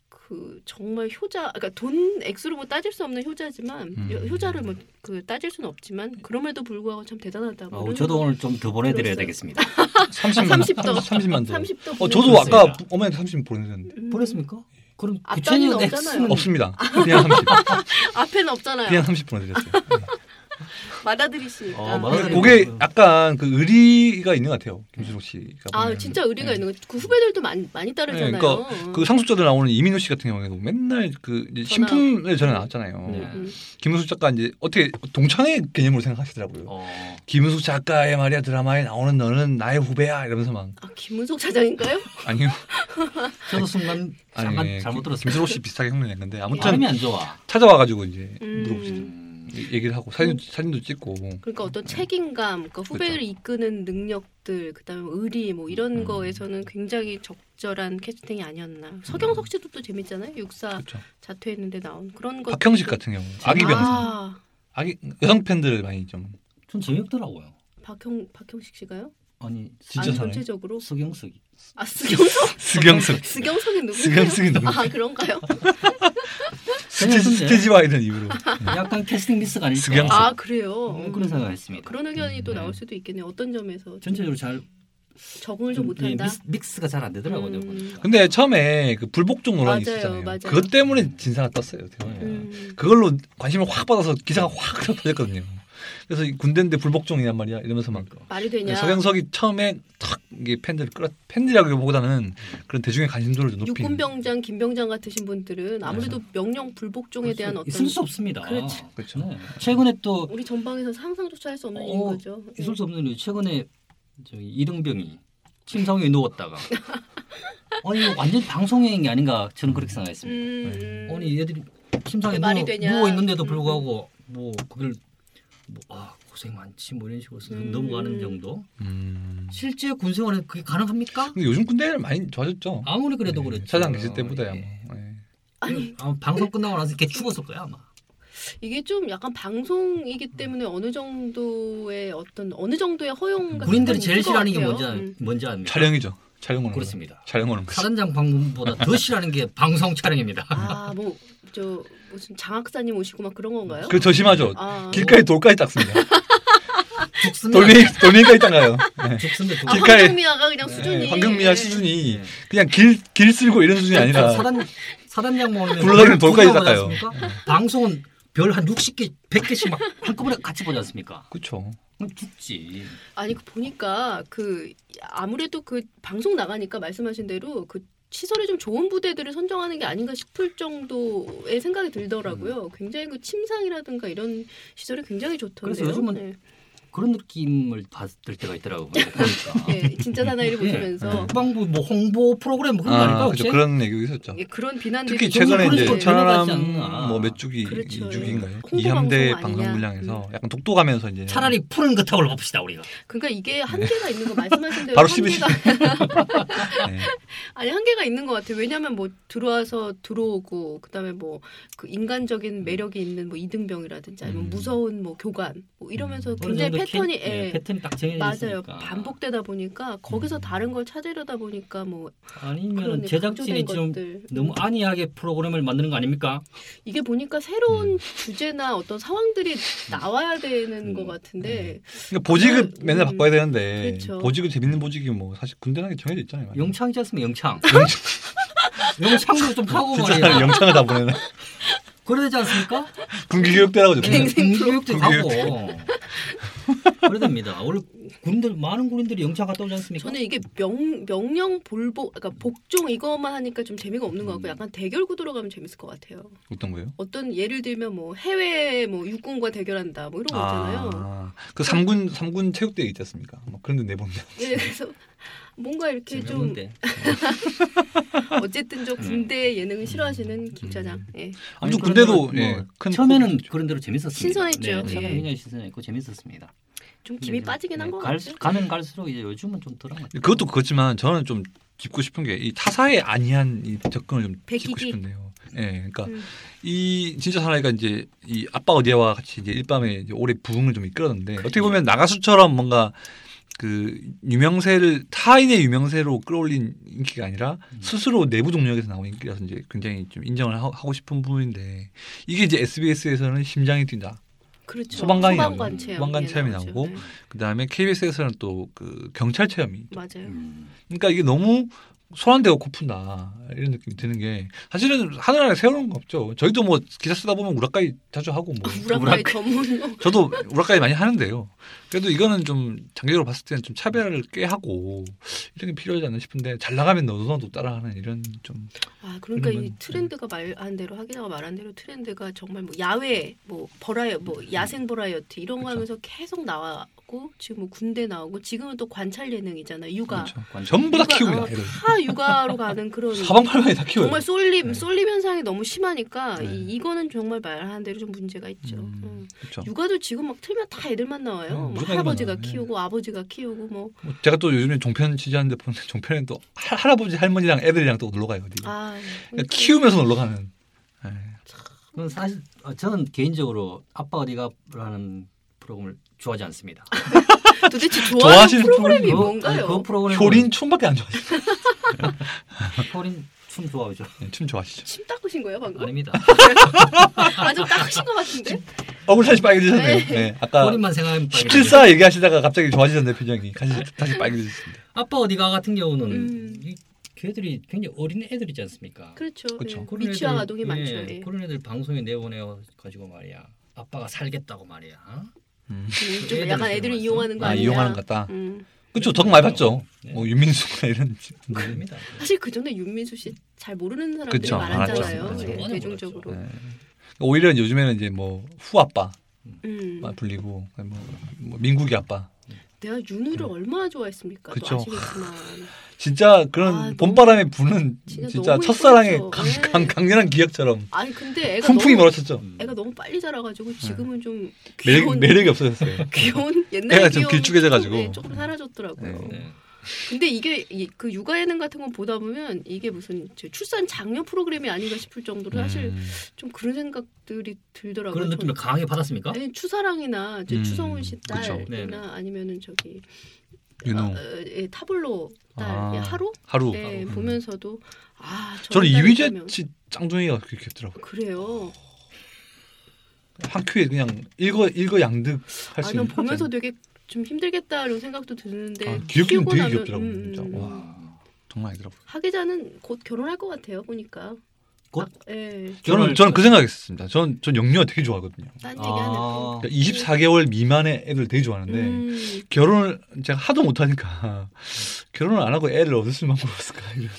그 정말 효자 그러니까 돈 액수로 뭐 따질 수 없는 효자지만
음.
효- 효자를 뭐 그 따질 수는 없지만 그럼에도 불구하고 참 대단하다고.
아우, 어, 저도 오늘 좀 더 보내드려야
들었어요. 음.
되겠습니다.
30만
30 더.
30만 더.
30도 음.
어 저도
보내드렸어요.
아까 어머니한테 30 보냈는데
보냈습니까? 그럼
앞단이
구체적인
없잖아요.
액수는
없습니다. 그냥 30.
앞에는 없잖아요.
그냥 30 보내드렸어요. 네.
받아들이시니까. 그러니까.
어,
근데
받아들이고.
그게 약간 그 의리가 있는 것 같아요. 김수록 씨가.
아
보면.
진짜 의리가
네.
있는 거그 후배들도 많이 많이 따르잖아요.
네, 그러니까 그 상속자들 나오는 이민호 씨 같은 경우에도 맨날 그 이제
전화.
신품에 전화 나왔잖아요.
네.
음.
김은숙 작가 이제 어떻게 동창의 개념으로 생각하시더라고요.
어.
김은숙 작가의 말이야 드라마에 나오는 너는 나의 후배야 이러면서 막
아 김은석 사장인가요?
아니요
저도 순간
아니 그
잠깐 잘못 들었어요.
김수록 씨 비슷하게 흉내낸 건데 아무튼
발음이 안 좋아.
찾아와가지고 이제
네. 음.
물어보시죠.
음.
얘기를 하고 사진 사진도 찍고
그러니까 어떤 책임감, 그러니까 후배를 이끄는 능력들, 그다음에 의리 뭐 이런
음.
거에서는 굉장히 적절한 캐스팅이 아니었나. 서경석 씨도 또 재밌잖아요. 육사
그렇죠.
자퇴했는데 나온 그런 것.
박형식 같은 경우 아기 변호사
아,
아기 여성 팬들을 많이 좀
전 재미없더라고요.
박형 박형식 씨가요?
아니
진짜
아니,
사나이?
전체적으로
서경석이.
아 스경석
스경승
스경석이 누구예요?
스경승이 누구
아 그런가요?
스테지 스테지와 이런 이유로
약간 캐스팅 미스가 아닐까.
스경석.
아 그래요.
음, 그런 생각했습니다.
그런 의견이 또
네.
나올 수도 있겠네요. 어떤 점에서
전체적으로 잘
적응을 좀
예,
못한다.
믹스, 믹스가 잘 안 되더라고요.
음.
보니까.
근데 처음에 그 불복종 논란이
맞아요,
있었잖아요.
맞아요.
그것 때문에 진사가 떴어요. 대박이에요.
음.
그걸로 관심을 확 받아서 기사가 확 터졌거든요. 그래서 이 군대인데 불복종이란 말이야 이러면서 막
말이 되냐?
네, 서경석이 처음에 탁 이게 팬들을 끌어 팬들이라고 보다는 그런 대중의 관심도를 좀 높인
육군병장, 김병장 같으신 분들은
네.
아무래도 명령 불복종에 대한
있을
어떤
수- 있을 수 없습니다.
그렇지.
그렇죠.
네. 최근에 또
우리 전방에서 상상조차 할 수 없는
어,
일인 거죠. 네.
있을 수 없는 일이 최근에 저기 이등병이 침상에 누웠다가 어 이거 완전 방송행위 아닌가 저는 그렇게 생각했습니다.
음, 음.
아니 얘들이 침상에
말이
누워,
되냐.
누워 있는데도
음.
불구하고 뭐 그걸 뭐아 고생 많지 뭐 이런 식으로
음.
넘어가는 정도.
음.
실제 군생활에 그게 가능합니까?
근데 요즘 군대는 많이 좋아졌죠.
아무리 그래도 그렇죠.
네, 사장 계실 때보다야.
예.
뭐. 예.
네. 아니
아마 방송 끝나고 나서 걔 죽었을 거야 아마.
이게 좀 약간
음.
방송이기 때문에 어느 정도의 어떤 어느 정도의 허용 같은
군인들이
건
제일
있을 것
싫어하는 게
그러니까 같아요.
뭔지 아-
음.
뭔지 압니까?
촬영이죠. 촬영 오는 거.
그렇습니다.
촬영 오는 거.
사단장 방문보다 더 싫어하는 게 방송 촬영입니다.
아뭐 저 무슨 장학사님 오시고 막 그런 건가요?
그 조심하죠.
어.
아,
길가에 돌까지 닦습니다.
네. 죽습니다.
돌멩이 돌멩이까지 닦아요.
죽습니다.
아,
죽-
길가에-
황금미아가 그냥 수준이
그러니까 네, 황금미아
예.
수준이 그냥 길 길 쓸고 이런 수준이 아니라
그 사단 사단장 모으면
굴러다니는 돌까지 닦아요.
방송은 별 한 60개, 100개씩 막 한꺼번에 같이 보지 않습니까?
그렇죠.
그럼 죽지.
아니 그 보니까 그 아무래도 그 방송 나가니까 말씀하신 대로 그 시설이 좀 좋은 부대들을 선정하는 게 아닌가 싶을 정도의 생각이 들더라고요.
음.
굉장히 그 침상이라든가 이런 시설이 굉장히 좋던데요.
그래서 요즘은
네.
그런 느낌을 받을 때가 있더라고요. 보니까.
예, 진짜 사나이를 보시면서
국방부 뭐 홍보 프로그램 뭐 그런 거 아닐까
아,
혹시?
그렇죠. 그런 얘기가 있었죠.
예, 그런 비난들이
특히
좀
최근에
그런
이제
식으로
천안함
돌아가지 않나.
뭐 몇주기
그렇죠.
이주기인가요?
홍보
이함대
방송 아니냐.
방송 분량에서 약간 독도 가면서 이제
음. 차라리 푸른 그타올로 봅시다 우리가.
그러니까 이게 한계가 있는 거 말씀하신 대로
바로
한계가
네.
아니 한계가 있는 것 같아요. 왜냐하면 뭐 들어와서 들어오고 그다음에 뭐 그
음.
인간적인 매력이 있는 뭐 이등병이라든지 아니면
음.
무서운 뭐 교관 뭐 이러면서
음. 어느
굉장히
정도
패턴이
캐-
예,
예, 패턴이 딱 정해져
맞아요.
있으니까.
반복되다 보니까 거기서
음.
다른 걸 찾으려다 보니까 뭐
아니면
그런
제작진이
강조된
좀
것들. 음.
너무 아- 안이하게 프로그램을 만드는 거 아닙니까?
이게 보니까 새로운 주제나 어떤 상황들이 나와야 되는
네. 음.
것 같은데
그러니까 보직을
음,
맨날
음.
바꿔야 되는데
그렇죠.
보직을 재밌는 보직이 뭐 사실 군대라는 게 정해져 있잖아요.
영창이지 않습니까? 영창.
영창.
영창도 좀 하고
진짜
말이야.
영창을 다 보내는
그러지 않습니까?
군기 교육대라고 좀
네, 군교육도
프로.
하고. 그래야 됩니다. 원래 군인들 많은 군인들이 영창 갔다 오지 않습니까?
저는 이게 명 명령 볼복 그러니까 복종 이것만 하니까 좀 재미가 없는 것 같고
음.
약간 대결 구도로 가면 재밌을 것 같아요.
어떤 거예요?
어떤 예를 들면 뭐 해외 뭐 육군과 대결한다 뭐 이런 거 있잖아요.
아, 그 삼군 삼군 체육대회 있지 않습니까? 막 그런 데 내보는데
예, 그래서 뭔가 이렇게 좀
재미없는데.
어쨌든 저 군대 예능을 싫어하시는 김 차장. 예.
아니,
아무튼
그런
군대도
데는
예, 큰
처음에는
포기죠.
그런 대로 재밌었습니다.
신선했죠.
네, 처음에
예.
굉장히 신선했고 재밌었습니다.
좀
근데
김이
이제,
빠지긴 한
네,
것
갈-
같아요.
가면 갈수록 이제 요즘은 좀 덜한 것 같아요.
그것도 그렇지만 저는 좀 짚고 싶은 게 이 타사의 아니한 이 접근을 좀 짚고
베끼기.
싶은데요. 예, 그러니까
음.
이 진짜 사나이가 이제 이 아빠 어디야와 같이 이제 일밤에 이제 올해 부흥을 좀 이끌었는데 어떻게 보면 나가수처럼 뭔가 그 유명세를 타인의 유명세로 끌어올린 인기가 아니라
음.
스스로 내부 동력에서 나온 인기라서 이제 굉장히 좀 인정을 하- 하고 싶은 부분인데 이게 이제 SBS에서는 심장이 뛴다.
그렇죠.
소방관이
소방관
나오고,
체험.
소방관
예,
체험이
나오죠.
나오고.
예.
그다음에 KBS에서는 또 그 경찰 체험이
맞아요.
음.
그러니까 이게 너무 손안 대고 코푼다 이런 느낌이 드는 게 사실은 하늘하늘 세우는 거 없죠. 저희도 뭐 기사 쓰다 보면 우라카이 자주 하고
아,
뭐
우라카이 전문용
저도 우라카이 많이 하는데요. 그래도 이거는 좀 장기적으로 봤을 때는 좀 차별을 꽤 하고 이런 게 필요하지 않나 싶은데 잘 나가면 너도나도 따라하는 이런 좀
아 그러니까
그러면-
이 트렌드가 말한 대로 하기자가 말한 대로 트렌드가 정말 뭐 야외 뭐 버라이 뭐 야생 버라이어티 이런 거
그쵸.
하면서 계속 나왔고 지금 뭐 군대 나오고 지금은 또 관찰 예능이잖아 육아
그렇죠.
관찰.
전부 다
그러니까 육아,
키웁니다.
어,
애들.
다 육아로 가는 그런
사방팔방에 다 키워요.
정말 쏠림
네.
쏠림 현상이 너무 심하니까
네.
이, 이거는 정말 말하는 대로 좀 문제가 있죠.
음,
음.
그렇죠.
육아도 지금 막 틀면 다 애들만 나와요.
어,
뭐
무슨 애기만
할아버지가
나와요.
키우고 아버지가 키우고 뭐
뭐 제가 또 요즘에 종편 취재하는데 보는데 종편에 또 할- 할아버지 할머니랑 애들이랑 또 놀러 가요 어디.
아,
그러니까 키우면서 놀러 가는. 예.
그건 사실 어, 저는 개인적으로 아빠 어디가라는 프로그램을 좋아하지 않습니다.
도대체 좋아하는
좋아하시는
프로그램이
그거-
뭔가요?
아니, 그 프로그램
효린 춤밖에 안 좋아하시죠?
효린 춤 좋아하죠.
예, 춤 좋아하시죠?
침 닦으신 거예요 방금?
아닙니다.
아주 닦으신 것 같은데?
얼굴 다시 빨개지셨네요.
네.
예, 아까
효린만 뭐 생각하면 빨개지죠.
17사 얘기하시다가 갑자기 좋아지셨네 표정이. 다시 다시 빨개지셨습니다.
아빠 어디가 같은 경우는
음.
이 걔들이 굉장히 어린 애들이지 않습니까?
그렇죠.
그쵸.
예. 미취학 아동이 많죠. 예.
그런 애들 방송에 내보내 가지고 말이야. 아빠가 살겠다고 말이야. 어?
음, 좀
애들을
약간 애들을
이용해서.
이용하는 거
아
아니야?
이용하는 것 같다.
음.
그렇죠. 덕 많이 봤죠.
네.
뭐 윤민수나 이런 분들.
그렇습니다.
사실 그 전에 윤민수 씨 잘 모르는 사람들이
그쵸,
많았잖아요.
많았죠.
예,
많았죠.
대중적으로.
네. 오히려 요즘에는 이제 뭐 후아빠
음.
불리고 뭐, 뭐 민국이 아빠
내가 윤우를 얼마나 좋아했습니까? 또
네. 그쵸.
아시겠지만
진짜 그런
아, 너무-
봄바람에 부는
진짜
진짜,
너무
첫사랑의
예뻤죠.
강,
네.
강, 강렬한 기억처럼
아니 근데 애가
훈풍이
너무
몰아쳤죠.
음.
애가 너무 빨리 자라가지고 지금은 좀
매력,
귀여운
매력이 없어졌어요.
귀여운 옛날
애가 좀 길쭉해져가지고.
조금 사라졌더라고요.
네.
네.
근데 이게 이- 그 육아 예능 같은 거 보다 보면 이게 무슨 저 출산 장려 프로그램이 아닌가 싶을 정도로 사실
음.
좀 그런 생각들이 들더라고요. 네.
그런 느낌을
저는.
강하게 받았습니까?
아니, 추사랑이나 이제
음,
추성훈 씨
그쵸.
네, 네.
딸이나 아니면은 저기
윤호
어, 어, 예, 타블로 딸
아.
예, 하루
하루.
네,
하루.
보면서도 아 저런 딸이
저는 이휘재
있다면.
씨 짱둥이가 그렇게 귀엽더라고요.
그래요.
한 큐에 그냥 일거 일거 양득 할 수
아난
있는.
보면서 되게 좀 힘들겠다 이런 생각도 드는데
아, 귀엽긴
키우고
되게
나면,
귀엽더라고요.
음,
진짜.
음.
와 정말 아니더라고요.
하기자는 곧 결혼할 것 같아요 보니까.
곧?
아, 예.
저는 저는 그 생각했습니다. 저는 전 영유아 되게 좋아하거든요. 네.
딴
아.
얘기하는 거.
그러니까 24개월 미만의 애들 되게 좋아하는데
음,
결혼을 제가 하도 못하니까 결혼을 안 하고 애를 얻을 수 있는 방법 없을까 이런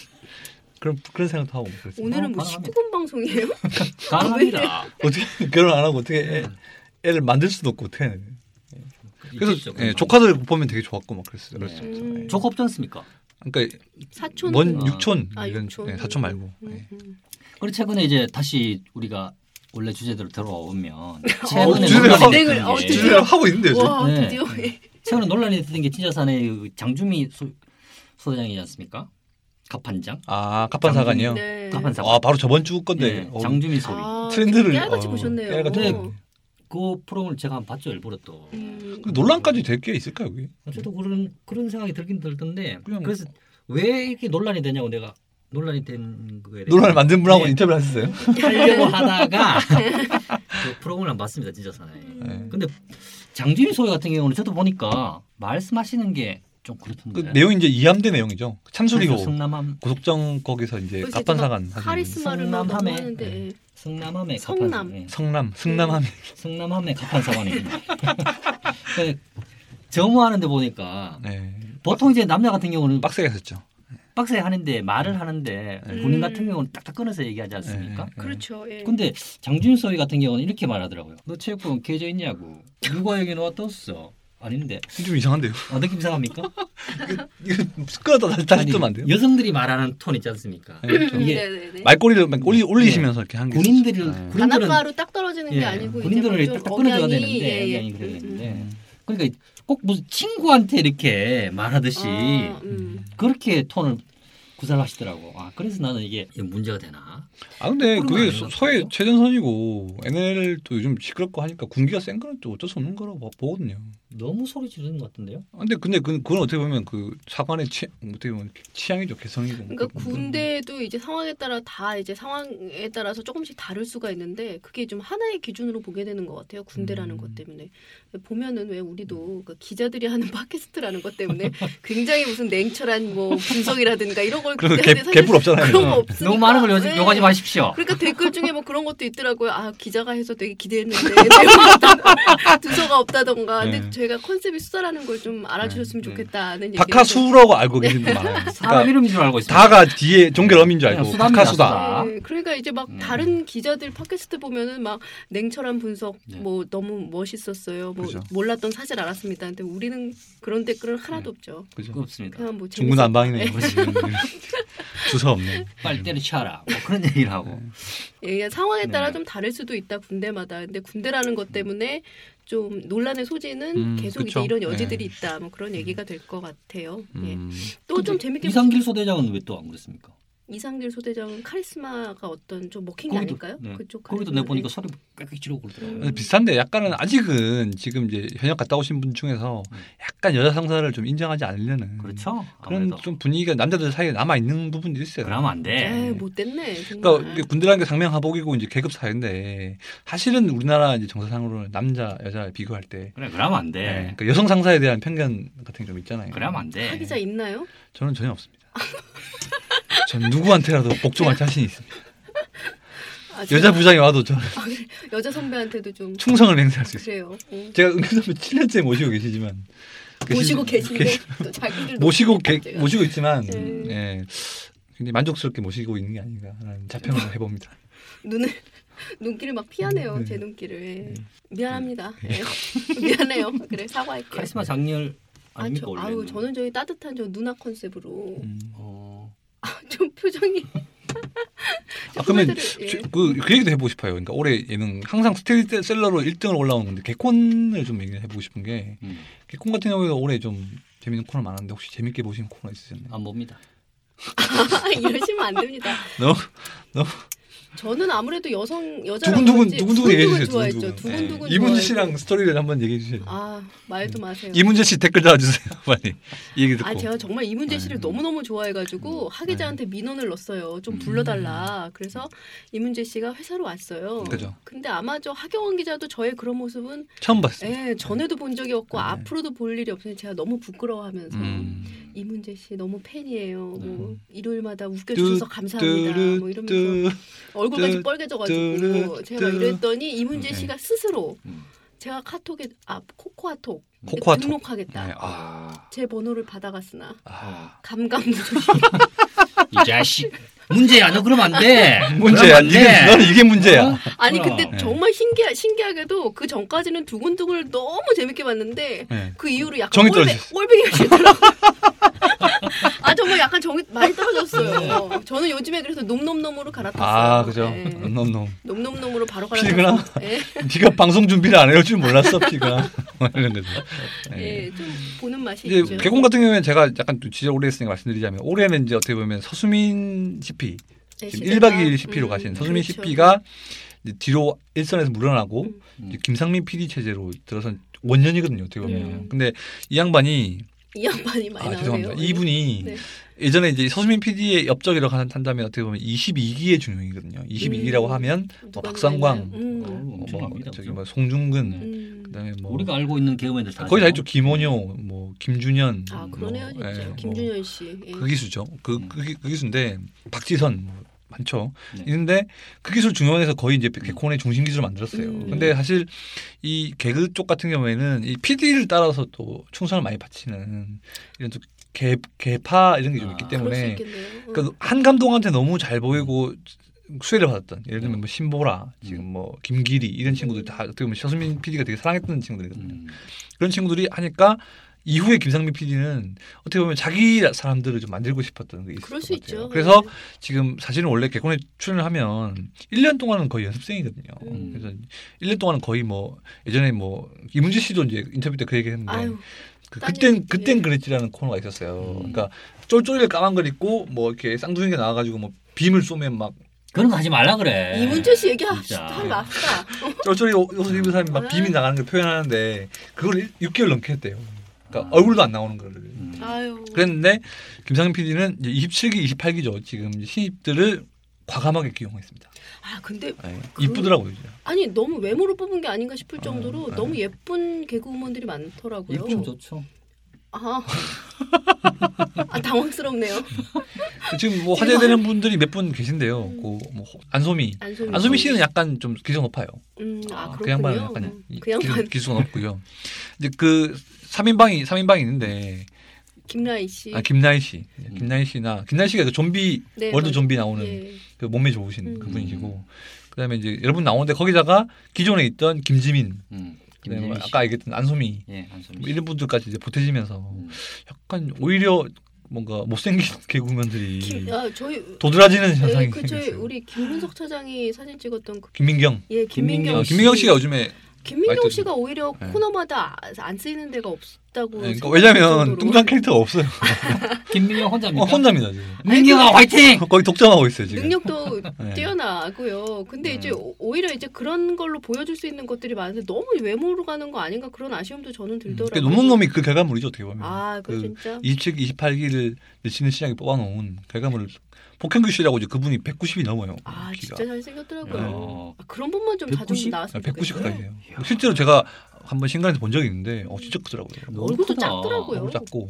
그런 그런 생각도 하고 그랬어요.
오늘은 뭐
어, 가능합니다.
19금 방송이에요?
그 강합니다.
어떻게 결혼 안 하고 어떻게 애,
음.
네.
애를 만들 수도 없고 어떻게 해야 되나. 그래서
있겠죠,
예,
그런
조카들 보면 되게 좋았고 막 그랬어요.
네.
그랬습니다.
음.
예.
조카 없지 않습니까?
그러니까
사촌.
먼
아.
육촌
아,
이런
육촌.
예, 사촌 말고
음,
예.
음.
그리고 최근에 이제 다시 우리가 원래 주제대로 들어오면
어,
최근에
주제를
논란이
하고-
됐던
어,
게-
드디어.
주제를 하고 있는데 요즘
와
네.
드디어 예.
최근에 논란이 됐던 게 진짜산의 그 장주미 소, 소장이지 않습니까? 갑판장?
아 갑판사관이요.
네.
갑판사.
아 바로 저번 주 건데
네,
어,
장주미 소리.
아,
트렌드를,
깨알같이
어,
보셨네요.
깨알같이.
네. 그 프로그램을 제가 한번 봤죠 일부러 또.
음,
그 논란까지 될 게 있을까 요 여기?
저도 그런 그런 생각이 들긴 들던데
그냥-
그래서 왜 이렇게 논란이 되냐고 내가 논란이 된 거에 대해서
논란을 만든 분하고
네.
인터뷰를 하셨어요?
하려고 하다가 그 프로그램을 안 봤습니다 진짜 사나이.
예.
근데 장준희 소위 같은 경우는 저도 보니까 말씀하시는 게 좀
그
그렇던데.
내용이 뭐? 이제 이함대 내용이죠.
네,
참수리고
성남함
고속정 거기서 이제
그래서
갑판사관 네.
막
하는
카리스마를 막
성남함에-
너무 하는데 예.
성남함의
성남.
갑판- 예.
성남 승남함
성남함의 갑판 사관입니다. 그 점호하는데 보니까
네.
보통 이제 남자 같은 경우는
빡세게 했었죠.
빡세 하는데 말을 하는데
네.
군인
음.
같은 경우는 딱딱 끊어서 얘기하지
네,
않습니까?
네.
그렇죠. 예.
근데 장준 소위 같은 경우는 이렇게 말하더라고요. 너 체육복은 개져 있냐고. 누가 여기 놓았었어? 아닌데
네. 좀 이상한데요.
어, 느낌 이상합니까?
이거 끌어다 다시, 다시
아니,
뜨면 안 돼요?
여성들이 말하는 톤 있지 않습니까?
네, 좀
이게
네네네.
말꼬리를 막 올리, 올리시면서 이렇게 한 게.
군인들이
있었죠. 네.
군인들은
단아바로 딱 떨어지는 게
예,
아니고
군인들을
이제
딱
좀
끊어줘야
억양이,
되는데
예, 예.
억양이 그래야 네. 되는데
음.
그러니까 꼭 무슨 친구한테 이렇게 말하듯이
아, 음.
그렇게 톤을 구사하시더라고. 아 그래서 나는 이게 이게 문제가 되나?
아 근데
그런
그게
거 아니에요?
소, 의 최전선이고 NL 또 요즘 시끄럽고 하니까 군기가 센 거는 또 어쩔 수 없는 거라고 봐- 보거든요.
너무 소리 지르는 것 같은데요?
아, 근데 근데 그, 그건 어떻게 보면 그 사관의 취 어떻게 보면 취향이죠 개성이고.
그러니까
음.
군대도 이제 상황에 따라 다 이제 상황에 따라서 조금씩 다를 수가 있는데 그게 좀 하나의 기준으로 보게 되는 것 같아요 군대라는
음.
것 때문에 보면은 왜 우리도 그 기자들이 하는 팟캐스트라는 것 때문에 굉장히 무슨 냉철한 뭐 분석이라든가 이런 걸
그리고
그때
개,
하는데 사실
개뿔 없잖아요.
그런 거
어,
없으니까.
너무 많은 걸
네.
요, 요구하지 마십시오.
그러니까 댓글 중에 뭐 그런 것도 있더라고요. 아 기자가 해서 되게 기대했는데 뭐 내용이 없다. 두서가 없다던가. 근데
네.
제가 컨셉이 수사라는 걸 좀 알아주셨으면
네, 네.
좋겠다는 얘기.
박하수라고 알고 계신 분 많아요.
사람
그러니까
이름인 줄 알고 있습니다.
다가 뒤에 종결음인 줄 알고
그냥 수다입니다,
박하수다.
수다.
네, 그러니까 이제 막
음.
다른 기자들 팟캐스트 보면은 막 냉철한 분석,
네.
뭐 너무 멋있었어요, 뭐
그죠.
몰랐던 사실 알았습니다. 근데 우리는 그런 댓글은 하나도 없죠.
그거 없습니다.
그냥 뭐 재밌었-
중구난방이네요. 주사 없네.
빨리 때려치워라. 뭐 그런 얘기를 하고.
예, 그냥 상황에 따라
네.
좀 다를 수도 있다 군대마다. 근데 군대라는 것 때문에 좀 논란의 소지는
음,
계속
그쵸.
이제 이런
네.
여지들이 있다. 뭐 그런 얘기가 될 것 같아요. 예.
음,
또 좀 재밌게
이상길 소대장은 왜 또 안 그랬습니까?
이상길 소대장은 카리스마가 어떤 좀 먹힌 게
거기도-
아닐까요?
네.
그쪽
거기도
카리스마들이.
내 보니까 소리 꽥꽥 지르고 그러더라고요.
비슷한데 약간은 아직은 지금 이제 현역 갔다 오신 분 중에서 약간 여자 상사를 좀 인정하지 않으려는
음. 그렇죠.
그런
아무래도.
좀 분위기가 남자들 사이에 남아 있는 부분이 있어요.
그러면 안 돼.
예. 에이, 못됐네. 정말.
그러니까 이게 군대라는 게 상명하복이고 이제 계급 사회인데 사실은 우리나라 이제 정서상으로는 남자 여자 비교할 때
그래 그러면 안 돼.
네, 그 여성 상사에 대한 편견 같은 게 좀 있잖아요.
예. 그러면 안 돼.
사기자 있나요?
저는 전혀 없습니다. 전 누구한테라도 복종할 자신이 있습니다.
아, 제가-
여자 부장이 와도 저는
여자 선배한테도 좀
충성을 맹세할 수 있어요.
그래요. 응.
제가 은근히 7년째 모시고 계시지만
모시고
계시-
계신데 또 자기들
네. 모시고 계,
제가.
모시고 있지만
네.
예, 굉장히 만족스럽게 모시고 있는 게 아닌가라는 자평을 해봅니다.
눈을 눈길을 막 피하네요.
네.
제 눈길을 예. 미안합니다. 예. 미안해요. 그래 사과할게요.
카리스마 장렬
아,
네. 아닙니까
저,
원래?
아우 저는 저희 따뜻한 저 누나 컨셉으로
음.
어,
좀 표정이
아, 그러면
후배들을, 예.
저- 그, 그 얘기도 해보고 싶어요. 그러니까 올해 예능 항상 스테디셀러로 1등을 올라오는 건데 개콘을 좀 얘기를 해보고 싶은 게
음.
개콘 같은 경우에 올해 좀 재밌는 코너 많았는데 혹시 재밌게 보신 코너 있으셨나요?
안 봅니다.
아, 이러시면 안 됩니다.
너무
저는 아무래도 여성 여자
두근두근 두근두근 얘기해 주세요.
좋아했죠.
두근두근.
두근두근
네. 이문재
좋아했고.
씨랑 네. 스토리를 한번 얘기해 주세요.
아 말도 마세요.
이문재 씨 댓글 달아주세요. 빨리 이 얘기 듣고.
아 제가 정말 이문재 씨를
네. 음.
너무너무 좋아해가지고 하기자한테 민원을 넣었어요. 좀 불러달라. 그래서 이문재 씨가 회사로 왔어요.
그죠.
근데 아마 저 하경원 기자도 저의 그런 모습은
처음 봤어요.
예, 전에도 본 적이 없고
네.
앞으로도 볼 일이 없으니 제가 너무 부끄러워하면서
음. 네.
이문재 씨 너무 팬이에요. 뭐 일요일마다
뚜,
웃겨주셔서 감사합니다. 뭐 이러면서
뚜루,
얼굴까지
뚜,
빨개져가지고
뚜,
제가 막
뚜.
이랬더니 이문재
네.
씨가 스스로
음.
제가 카톡에 아 코코아톡
코코아톡.
등록하겠다.
네, 아,
제 번호를 받아갔으나
아.
감감무소식
이 자식 문제야 너 그러면 안 돼. 그러면
문제야.
안
네.
이게
돼.
너는 이게 문제야.
아니
그럼.
네.
근데 정말 신기하, 신기하게도 그 전까지는 두근두근을 너무 재밌게 봤는데
네.
그 이후로 약간
정이
꼴뱅,
떨어졌어.
꼴뱅이가 되더라고요. 아 정말 약간 정이 많이 떨어졌어요. 저는 요즘에 그래서 놈놈놈으로 갈아탔어요.
네. 아 그죠.
네.
놈놈놈.
놈놈놈으로 바로
피그나?
갈아탔어요. 예,
네가 방송 준비를 안 해올 줄 몰랐어 피가. 이랬는데. 네.
예, 좀 보는 맛이
이제
있죠.
개콘 같은 경우에는 제가 약간 또 진짜 오래 했으니까 말씀드리자면 올해는 이제 어떻게 보면 서수민 CP
예,
지금
시대가.
1박 2일 CP로
음,
가신 서수민
그렇죠.
CP가 이제 뒤로 일선에서 물러나고
음.
이제 김상민 PD 체제로 들어선 원년이거든요 어떻게 보면.
음.
근데 이 양반이
이 양반이 많이
네. 아
나오네요.
죄송합니다. 이분이
네.
예전에 이제 서수민 PD의 옆적이라고 한- 한다면 어떻게 보면 22기의 중용이거든요. 22기라고
음.
하면
누가
박상광,
나오나요?
어,
음.
뭐, 뭐
엄청납니다.
저기 뭐 송중근
네.
음.
그다음에 뭐
우리가 음. 알고 있는 개그맨들 다
거의 다
하죠.
있죠. 김원효, 뭐 김준현,
아 그러네요
뭐,
진짜.
예, 뭐
김준현 씨. 예.
그 기수죠. 그,
음.
그, 기- 그 기수인데 박지선 뭐 많죠.
네.
있는데 그 기술 중용해서 거의 이제 개콘의 중심 기술을 만들었어요.
음.
근데 사실 이 개그 쪽 같은 경우에는 이 PD를 따라서 또 충성을 많이 바치는 이런 좀 개, 개파 이런 게 좀
아,
있기
그럴 수
때문에
있겠네요. 음.
그러니까 한 감독한테 너무 잘 보이고 수혜를 받았던 예를
네.
들면 뭐 신보라 지금
음.
뭐 김기리 이런 친구들 다 어떻게 보면 서수민 PD가 되게 사랑했던 친구들이거든요.
음.
그런 친구들이 하니까 이후에 김상민 PD는 어떻게 보면 자기 사람들을 좀 만들고 싶었던 게 있을
그럴
것
수
같아요.
있죠. 네.
그래서 지금 사실은 원래 개콘에 출연을 하면 1년 동안은 거의 연습생이거든요.
음.
그래서 1년 동안은 거의 뭐 예전에 뭐 이문재 씨도 이제 인터뷰 때 그 얘기했는데
아유
그,
딴
그땐
얘기.
그땐 그랬지라는 코너가 있었어요.
음.
그러니까 쫄쫄이를 까만 걸 입고 뭐 이렇게 쌍둥이가 나와가지고 뭐 빔을 쏘면 막
그런 거 하지 말라
네.
그래.
이문재 씨 얘기
네. 진짜.
합시다.
쫄쫄이 옷- 옷을 입은 사람이 막
아.
빔이 나가는 걸 표현하는데 그걸 6개월 넘게 했대요. 그러니까
아.
얼굴도 안 나오는 거를.
음.
아유.
그랬는데 김상민 PD는 27기, 28기죠. 지금 신입들을 과감하게 기용했습니다.
아 근데
네.
그-
이쁘더라고요. 진짜.
아니 너무 외모로 뽑은 게 아닌가 싶을 정도로
네.
너무 예쁜 개그우먼들이 많더라고요.
이쁘면 좋죠.
아. 아 당황스럽네요.
지금 뭐 화제되는 분들이 몇 분 계신데요.
음.
그뭐 안소미.
안소미
안소미
씨.
씨는 약간 좀 기성 높아요.
음, 아,
그 양반은
그렇군요.
약간 이-
그 양반
기, 기수가 높고요. 이제 그 3인방이 3인방이 있는데
김라희 씨.
아 김나희 씨.
음.
김나희 씨나 김나희 씨가 그 좀비
예. 네,
월드
맞-
좀비 나오는
예.
그 몸매 좋으신
음.
그분이시고 그다음에 이제 여러분 나오는데 거기다가 기존에 있던 김지민,
음, 김진희 씨.
그다음에 네, 뭐 아까 얘기했던 안소미
예, 안소미
뭐
씨.
이런 분들까지 이제 보태지면서
음.
약간 오히려 뭔가 못생긴 개그맨들이
김, 아, 저희
도드라지는 현상이
예, 그 저희
생겼어요.
우리 김문석 차장이 사진 찍었던 그
김민경,
예, 김민경,
어,
김민경
씨.
김민경 씨가 요즘에
김민경
말도-
씨가 오히려
예.
코너마다 아- 안 쓰이는 데가 없다고.
예, 그러니까
생각할
왜냐면
정도로. 그러니까?
뚱딴 캐릭터가 없어요.
김민경 혼자입니까?
어, 혼자입니다 지금.
민경아 화이팅!
거의 독점하고 있어요 지금.
능력도
예.
뛰어나고요. 근데
네.
이제 오- 오히려 이제 그런 걸로 보여줄 수 있는 것들이 많은데 너무 외모로 가는 거 아닌가 그런 아쉬움도 저는
그러니까
들더라고요.
논문 놈이 그 결과물이죠 어떻게 보면.
아, 그
그
진짜.
27, 28기를 내치는 시장에 뽑아놓은 결과물을 폭행규 씨라고 이제 그분이 190이 넘어요.
아,
키가. 네. 아,
진짜 잘생겼더라고요.
어,
아, 그런 분만 좀 자주
190?
나왔으면 좋겠어요.
190까지예요. 실제로 제가 한번 신간에서 본 적이 있는데 어 진짜 크더라고요.
너무
얼굴도
크다.
작더라고요.
너무 작고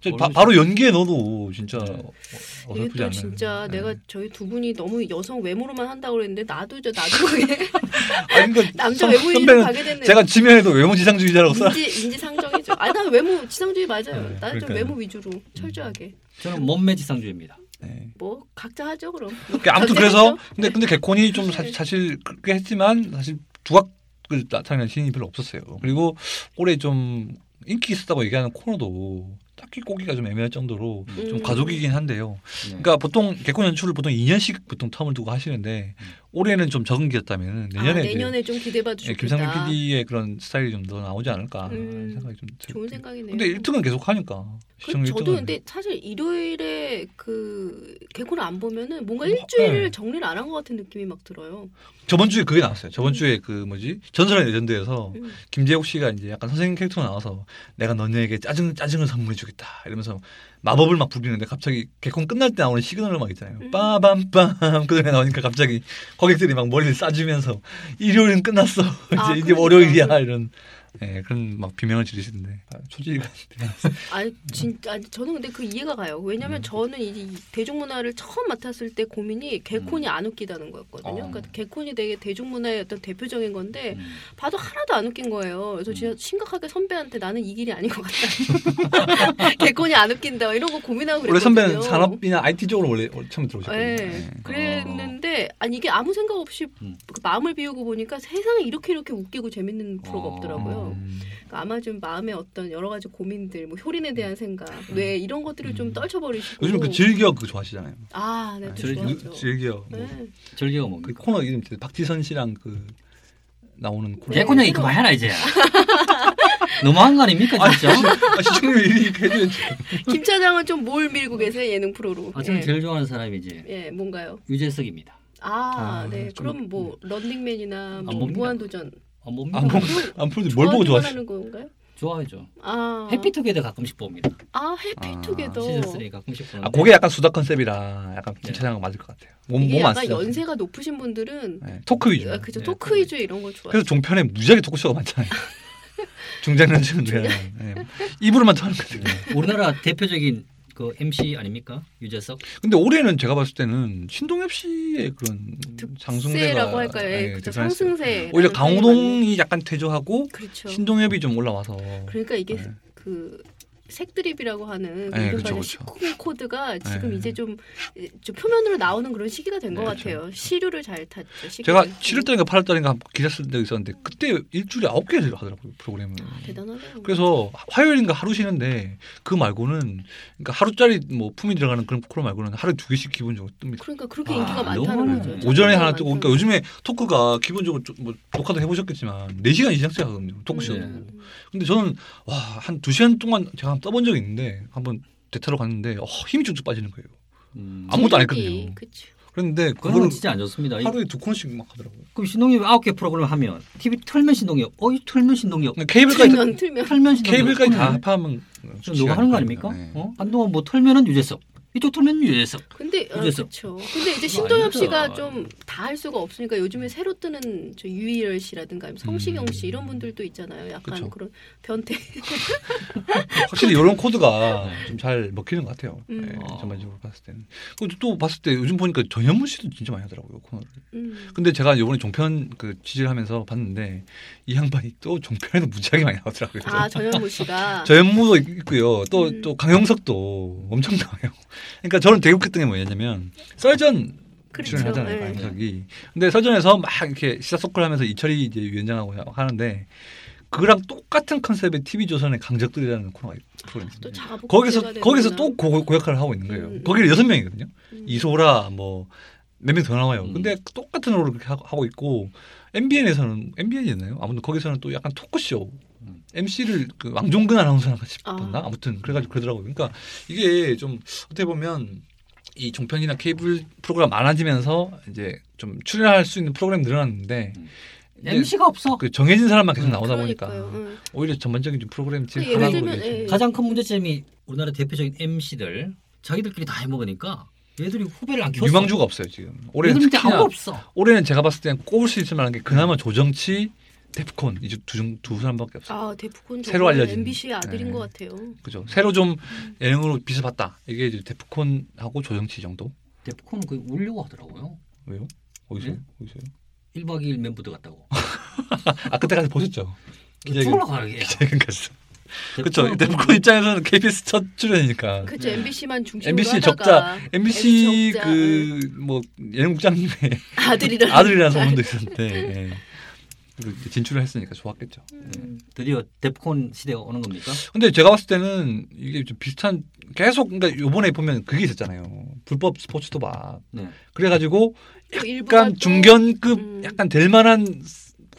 진짜
얼굴이
바, 바로 연기에 넣어도 진짜
네.
어-
이게
어설프지
또
않아요.
진짜
네.
내가 저희 두 분이 너무 여성 외모로만 한다고 그랬는데 나도 이제 나중에
아니, 그러니까
남자
선-
외모인으로
선배는
가게 음. 됐네.
제가 지면에도 외모 지상주의자라고 써.
인지 인지상정이죠. 아, 난 외모 지상주의 맞아요.
네,
나는 좀
그러니까요.
외모 위주로 철저하게.
저는 몸매 지상주의입니다.
네.
뭐 각자 하죠 그럼.
그러니까 아무튼
각자
그래서
하죠.
근데 근데 개콘이 좀 사,
네.
사실 그렇게 했지만 사실 두각을 그 나타내는 신이 별로 없었어요. 그리고 올해 좀 인기 있었다고 얘기하는 코너도 딱히 꼬기가 좀 애매할 정도로 좀
음.
가족이긴 한데요.
네.
그러니까 보통 개콘 연출을 보통 2년씩 보통 텀을 두고 하시는데
음.
올해는 좀 적은 기였다면 내년에,
아,
이제
내년에 좀 기대봐도
예,
좋겠다.
김상민 PD의 그런 스타일이 좀 더 나오지 않을까
음.
하는 생각이 좀 들고.
좋은 생각이네요.
근데 1등은 계속 하니까
그
시청률
저도
1등은
근데 사실 일요일에 그 개콘을 안 보면은 뭔가
뭐,
일주일을
네.
정리를 안 한 것 같은 느낌이 막 들어요.
저번 주에 그게 나왔어요. 저번 주에 그 뭐지 전설의 레전드에서
음.
김재욱 씨가 이제 약간 선생님 캐릭터 로 나와서 내가 너네에게 짜증 짜증을 선물해주겠다 이러면서 마법을 막 부리는데 갑자기 개콘 끝날 때 나오는 시그널 막 있잖아요.
음.
빠밤빰 그 노래 나오니까 갑자기 고객들이 막 머리를 싸주면서 일요일은 끝났어 이제
아,
이게
그러니까.
월요일이야 이런 예, 그런 막 비명을 지르시는데 아, 소질이
아니 진짜 아니, 저는 근데 그 이해가 가요. 왜냐면
음.
저는 이 대중문화를 처음 맡았을 때 고민이
음.
개콘이 안 웃기다는 거였거든요.
아.
어.
그러니까 개콘이 되게 대중문화의 어떤 대표적인 건데
음.
봐도 하나도 안 웃긴 거예요. 그래서
음.
진짜 심각하게 선배한테 나는 이 길이 아닌 것 같다. 개콘이 안 웃긴다. 이런 거 고민하고
원래
그랬거든요.
선배는 산업이나 IT 쪽으로 원래 처음 들어오셨거든요.
예.
예.
그랬는데 아니 이게 아무 생각 없이
음.
그 마음을 비우고 보니까 세상에 이렇게 이렇게 웃기고 재밌는
아.
프로가
어.
없더라고요.
음.
그러니까 아마 좀 마음의 어떤 여러 가지 고민들, 뭐 효린에 대한 생각, 왜 이런 것들을 좀
음.
떨쳐버리시고
요즘 그 즐겨 그거 좋아하시잖아요.
아, 네, 또
즐-
좋아하죠.
즐겨. 뭐
네.
절개가
그
뭡니까?
코너 이름 있잖아요. 박지선 씨랑 그 나오는 예, 코너.
개콘 얘기 그만해라 이제. 너무한 거 아닙니까 진짜?
아, 시청률 1위 해줘야지.
김 차장은 좀 뭘 밀고 계세요 예능 프로로?
아, 저는
예.
제일 좋아하는 사람이 이제
예, 뭔가요?
유재석입니다.
아,
아,
네.
좀-
그럼 뭐 런닝맨이나
안
뭐
봅니다.
무한도전
아, 뭡니까?
안 보고 안 보는데 뭘 보고 좋아하시?
하는 건가요?
좋아하죠.
아,
해피투게더 가끔씩 봅니다.
아 해피투게더.
시즌 3 가끔씩 보는데.
아, 그게 약간 수다 컨셉이라 약간
네.
김 차장 맞을 것 같아요.
이게
몸몸안
약간
쓰죠.
연세가 높으신 분들은
네, 뭐 토크 위주.
아, 그죠
네,
토크 위주 이런 걸 좋아해요.
그래서 종편에 무지하게 토크쇼가 많잖아요. 중장년층은 돼요. 네. 입으로만 터는 거예요.
우리나라 대표적인 그 MC 아닙니까? 유재석.
근데 올해는 제가 봤을 때는 신동엽 씨의 그런 상승세가
세라고 할까요? 예,
네,
그죠
대단했어요.
상승세.
오히려 강호동이 약간 퇴조하고
그렇죠.
신동엽이 좀 올라와서
그러니까 이게
네.
그 색드립이라고 하는 그
네,
이른바
그쵸, 그쵸.
식공 코드가 지금
네.
이제 좀, 좀 표면으로 나오는 그런 시기가 된 것
네, 그쵸.
같아요. 시류를 잘 탔죠. 시기를.
제가 7월달인가 8월달인가 기사 쓴 적이 있었는데 그때 일주일에 9개를 하더라고요 프로그램을
대단하네요.
그래서 화요일인가 하루 쉬는데 그 말고는 그러니까 하루짜리 뭐 품이 들어가는 그런 코너 말고는 하루 에두 개씩 기본적으로 뜹니다
그러니까 그렇게
아,
인기가 많다는
너무
거죠.
오전에 하나
많다는
뜨고
거죠.
그러니까 요즘에 토크가 기본적으로 좀 뭐 녹화도 해보셨겠지만 4시간 이상 하거든요 토크쇼
네.
음.
근데 저는 와 한 2시간 동안 제가 한번 떠본 적이 있는데 한번 대타로 갔는데 어, 힘이 쭉쭉 빠지는 거예요
음.
아무- 아무것도 안
체력이,
했거든요.
그쵸.
그런데
그건
그거를
진짜 안 좋습니다. 이-
하루에 두 코너씩 막 하더라고요
그럼 신동엽 아홉 개 프로그램 하면 TV 틀면 신동엽, 어이 틀면 신동엽,
그러니까 케이블까지 다-
틀면 틀면
틀면 신동엽.
케이블까지 다
틀면
합하면
좀 누가 하는 거 아닙니까?
그렇죠. 시간이니까. 네.
어? 한동안 뭐 털면은 유재석, 이쪽 틀면 유재석.
근데 아,
그래서.
그렇죠. 근데 이제 신동엽
아니다.
씨가 좀 다 할 수가 없으니까 요즘에 새로 뜨는 저 유희열 씨라든가 아니면 성시경 씨 이런 분들도 있잖아요. 약간
음. 그쵸.
그런 변태.
확실히 이런 코드가 좀 잘 먹히는 것 같아요.
음.
예,
어.
전반적으로 봤을 때는. 그리고 또 봤을 때 요즘 보니까 전현무 씨도 진짜 많이 하더라고요 코너를.
음.
근데 제가 요번에 종편 그 취재하면서 봤는데 이 양반이 또 종편에도 무지하게 많이 나오더라고요.
아 전현무 씨가
전현무도 있고요. 또 또
음.
강영석도 엄청 나와요. 그러니까 저는 되게 웃겼던 게 뭐냐면 썰전
그렇죠.
출연하잖아요.
네.
강영석이. 근데 썰전에서 막 이렇게 시사 토크를 하면서 이철이 이제 위원장하고 하는데 그거랑 똑같은 컨셉의 TV 조선의 강적들이라는 코너가 프로그램이 있습니다.
아, 또 작업
거기서 거기서 또 고, 고 역할을 하고 있는 거예요.
음.
거기를 여섯 명이거든요.
음.
이소라 뭐 몇 명 더 나와요.
음.
근데 똑같은 롤을 그렇게 하- 하고 있고 MBN에서는 MBN이었나요? 아무튼 거기서는 또 약간 토크쇼
음.
MC를 그 왕종근 아나운서랑 같이
아.
봤나? 아무튼 그래가지고 그러더라고요. 그러니까 이게 좀 어떻게 보면 이 종편이나 케이블 프로그램 많아지면서 이제 좀 출연할 수 있는 프로그램 늘어났는데
음.
이제
MC가 없어.
그 정해진 사람만 계속
음,
나오다 보니까
그러니까요. 음.
오히려 전반적인 좀 프로그램 지금
그 예를
하락으로
들면,
이제
예.
가장 큰 문제점이 우리나라 대표적인 MC들 자기들끼리 다 해먹으니까 얘들이 후배를 안 키웠어.
유망주가 없어요 지금. 올해는
얘들한테
특히나
아무도 없어.
올해는 제가 봤을 땐 꼽을 수 있을 만한 게 그나마 조정치, 데프콘 이제 두, 중- 두 사람밖에 없어요.
아 대프콘
새로 알려진.
MBC의 아들인
네.
것 같아요.
그죠? 새로 좀 예능으로 빛을 봤다. 이게 이제 데프콘하고 조정치 정도.
데프콘은 거의 울려고 하더라고요.
왜요? 어디서?
네?
요 어디서요?
1박 2일 멤버들 같다고.
아 그때까지 보셨죠? 기자회견.
죽으러 가게.
지금까지. 그렇죠. 데프콘 입장에서는 KBS 첫 출연이니까.
네. 그죠
네.
MBC만 중심으로
MBC
하다가
MBC
적자.
그 뭐 예능국장님의
네. 아들이라는
아들이라는 소문도 있었는데 예. 그리고 이제 진출을 했으니까 좋았겠죠.
음.
드디어 데프콘 시대가 오는 겁니까?
근데 제가 봤을 때는 이게 좀 비슷한 계속 그러니까 요번에 보면 그게 있었잖아요. 불법 스포츠 도박.
네.
그래 가지고
또 일부가
네. 약간
또-
중견급
음.
약간 될 만한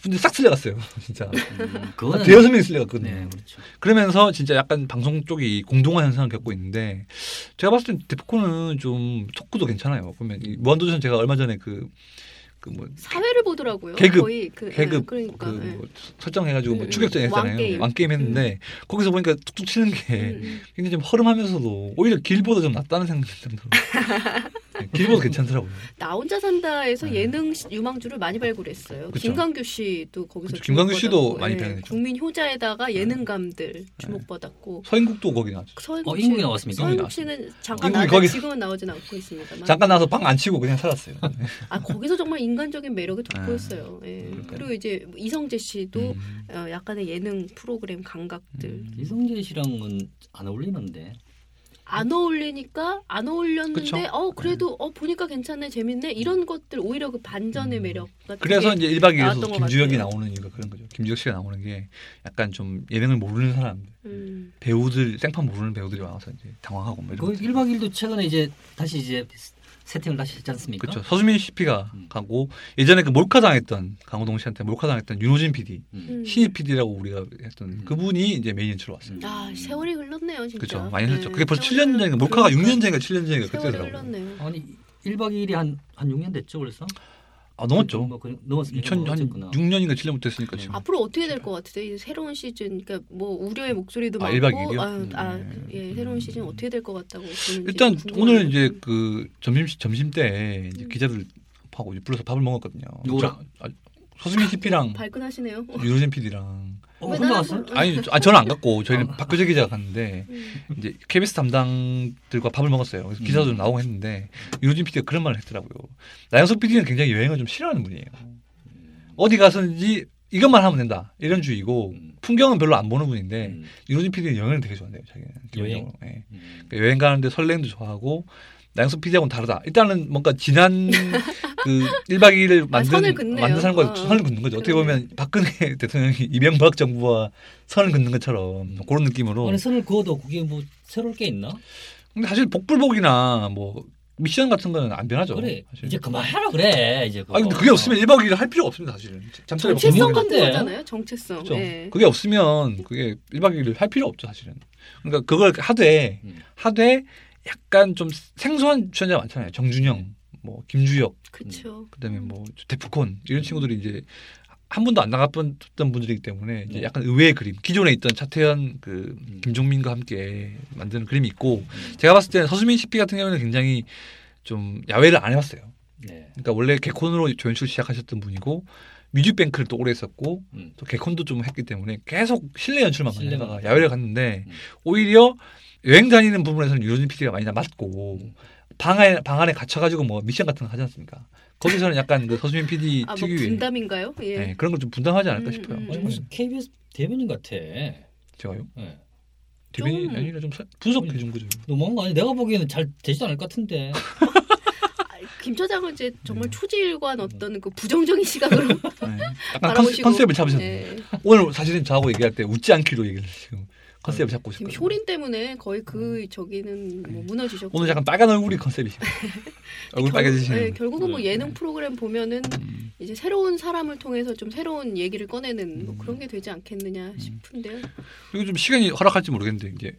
분들 싹 쓸려갔어요. 진짜.
음,
한
그거는
대여섯 명이 쓸려갔거든요.
네, 그렇죠.
그러면서 진짜 약간 방송 쪽이 공동화 현상을 겪고 있는데 제가 봤을 땐 데프콘은 좀 토크도 괜찮아요. 보면 이 무한도전 제가 얼마 전에 그 그뭐
사회를 보더라고요.
계급,
거의 그,
계급,
예, 음, 그러니까.
그
예.
뭐 설정해가지고 뭐
음,
추격전
음.
했잖아요.
왕게임.
했는데 거기서 보니까 툭툭 치는 게
음,
굉장히 좀 허름하면서도 오히려 길보다 좀 낫다는 생각이 들더라고요. 네, 길보다 괜찮더라고요.
나 혼자 산다에서
네.
예능 시- 유망주를 많이 발굴했어요.
그쵸.
김광규 씨도 거기서
그쵸, 김광규
주목받았고,
씨도 많이
예,
변했죠. 네.
국민 효자에다가 예능감들 주목받았고 그
서인국도 거기 나왔죠.
서인국
어,
씨-
인국이 나왔습니까?
서인국
인국이
씨는 잠깐
인국이
나왔
거기-
지금은 나오진 않고 있습니다만
잠깐 나와서 빵 안 치고 그냥 살았어요.
아 거기서 정말 인간적인 매력이 돋보였어요. 예.
그러니까요.
그리고 이제 뭐 이성재 씨도
네. 음.
어, 약간의 예능 프로그램 감각들
이성재 씨랑은 안 어울리는데.
안 어울리니까 안 어울렸는데
그쵸.
어 그래도 어 보니까 괜찮네 재밌네 이런 것들 오히려 그 반전의
음.
매력
그래서 이제 1박 2일에서
나왔던 것
김주혁이
같아요.
나오는 이유가 그런 거죠. 김주혁 씨가 나오는 게 약간 좀 예능을 모르는 사람들,
음.
배우들, 생판 모르는 배우들이 와서 이제 당황하고 뭐
그
이런
1박 2일도 최근에 이제 다시 이제 세팅을 다시 했지 않습니까?
그렇죠. 서수민 CP가
음.
가고 예전에 그 몰카 당했던 강호동 씨한테 몰카 당했던 윤호진 PD,
음.
음.
신입 PD라고 우리가 했던
음.
그분이 이제 메인 인트로 왔어요.
아 세월이 흘렀네요 진짜.
그렇죠. 많이 했죠.
네,
그게 벌써
세월이 그러니까
7년 전인가 몰카가 6년 전인가 7년 전인가
세월이
그때더라고요. 음.
흘렀네요.
아니 1박 2일이 한, 한 6년 됐죠 벌써?
아 넘었죠.
뭐 그- 넘었습니다.
2006년인가 7년부터
음.
했으니까 지금.
앞으로 어떻게 될 것 같으세요? 이 새로운 시즌, 그러니까 뭐 우려의 목소리도
아,
많고,
일박 이일이요?
아, 아,
음.
예, 새로운 시즌 어떻게 될 것 같다고 보는지
일단
궁금하네요.
오늘 이제 그 점심 점심 때 이제
음.
기자들 하고 이제 불러서 밥을 먹었거든요.
누구랑?
저- 아, 서수민 CP랑
발끈하시네요.
유로진 PD랑
어,
왜
혼자
나는 뭐
왔어요?
몰라?
아니 저- 아, 저는 안 갔고 저희
아.
는 박규재 기자가 갔는데
음.
이제 KBS 담당들과 밥을 먹었어요. 그래서
음.
기사도 좀 나오고 했는데 유로진 PD가 그런 말을 했더라고요. 나영석 PD는 굉장히 여행을 좀 싫어하는 분이에요. 어디 가서든지 이것만 하면 된다 이런 주의고
음.
풍경은 별로 안 보는 분인데
음.
유로진 PD는 여행을 되게 좋아해요. 자기는
여행?
기본적으로. 예.
음.
그러니까 여행 가는데 설렘도 좋아하고 나영석 PD하고는 다르다. 일단은 뭔가 지난 그 1박 2일을 만든
아, 선을 긋네요.
만든 사람과
어. 음.
선을 긋는 거죠. 어떻게
그러네.
보면 박근혜 대통령이 이명박 정부와 선을 긋는 것처럼 그런 느낌으로.
아니 선을 그어도 그게 뭐 새로울 게 있나?
근데 사실 복불복이나 뭐 미션 같은 거는 안 변하죠.
그래
사실.
이제 그만하라 그래 이제 그거.
아니 근데 그게 없으면 1박 2일 할 필요 없습니다. 사실은. 잠자리
정체성
먹고
재밌는
먹는
같은
건데.
거잖아요. 정체성.
거죠.
예.
그렇죠. 그게 없으면 그게 1박 2일을 할 필요 없죠. 사실은. 그러니까 그걸 하되
음.
하되 약간 좀 생소한 출연자 많잖아요. 정준영, 뭐 김주혁
그렇죠.
그다음에 뭐 데프콘 이런 친구들이 이제 한 번도 안 나갔던 분들이기 때문에 이제
네.
약간 의외의 그림. 기존에 있던 차태현 그
음.
김종민과 함께 만드는 그림이 있고 제가 봤을 때는 서수민 CP 같은 경우는 굉장히 좀 야외를 안 해봤어요.
네.
그러니까 원래 개콘으로 조연출 시작하셨던 분이고 뮤직뱅크를 또 오래 했었고
음.
또 개콘도 좀 했기 때문에 계속 실내 연출만 많이
실내만
하다가
하다가.
야외를 갔는데
음.
오히려 여행 다니는 부분에서는 유로진 PD가 많이 맞고 방 안에 방 안에 갇혀가지고 뭐 미션 같은 거 하지 않습니까? 거기서는 약간 그 서수민 PD
아, 뭐
특유의
분담인가요? 예.
네, 그런 걸 좀 분담하지 않을까
음,
싶어요.
음,
아니,
음.
무슨 KBS 대변인 같아. 예.
제가요? 대변이 아니라 좀 사- 분석해 준 거죠.
너무한 거 아니? 내가 보기에는 잘 되지도 않을 것 같은데.
아, 김 차장은 이제 정말
네.
초지일관 어떤 그 부정적인 시각으로
네. 약간 컨셉,
바라보시고
컨셉을 잡으셨네요.
예.
오늘 사실은 저하고 얘기할 때 웃지 않기로 얘기를 지금 컨셉을 잡고
지금
있었거든요.
효린 때문에 거의 그 저기는 뭐 무너지셨고
음. 오늘 약간 빨간 얼굴이 컨셉이시고 얼굴 빨개지시는
네, 결국은 뭐
네,
예능
네.
프로그램 보면은
음.
이제 새로운 사람을 통해서 좀 새로운 얘기를 꺼내는
음.
뭐 그런 게 되지 않겠느냐 싶은데요.
그리고 좀 시간이 허락할지 모르겠는데 이제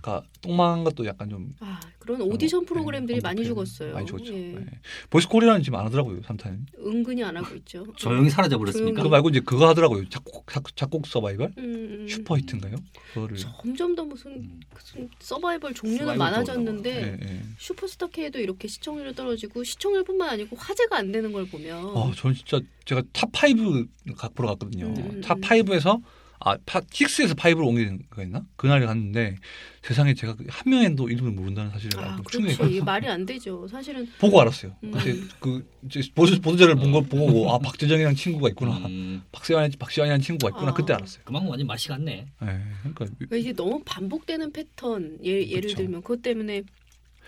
슈스케가 똥망한 것도 약간 좀
아 그런 오디션 프로그램들이
네,
많이
언급해요.
죽었어요.
많이 죽었죠.
예.
네. 보이스코리아는 지금 안 하더라고요 삼탄.
은근히 안 하고 있죠.
조용히 사라져
네.
버렸으니까.
그거 말고 이제 그거 하더라고요 작곡 작, 작곡 서바이벌
음, 음.
슈퍼히트인가요? 그거를
점점 더 무슨
음.
무슨 서바이벌 종류는
서바이벌
많아졌는데
예, 예.
슈퍼스타 K도 이렇게 시청률이 떨어지고 시청률뿐만 아니고 화제가 안 되는 걸 보면
어, 저는 진짜 제가 탑 5 보러 갔거든요.
음.
탑 5에서 아, 파 6에서 5로 옮기는 거였나? 그날에 갔는데 세상에 제가 그 한 명도 이름을 모른다는 사실을
아
알고
그렇지
충격이
이게 말이 안 되죠. 사실은
보고 알았어요.
음.
그때 그 이제 보도 보도자를 본 걸 보고 아 박재정이랑 친구가 있구나.
음.
박세환이 박시환이랑 친구가 있구나.
아.
그때 알았어요.
그만큼 완전 맛이 갔네.
예. 그러니까
왜 이게 너무 반복되는 패턴 예, 예를
그쵸.
들면 그것 때문에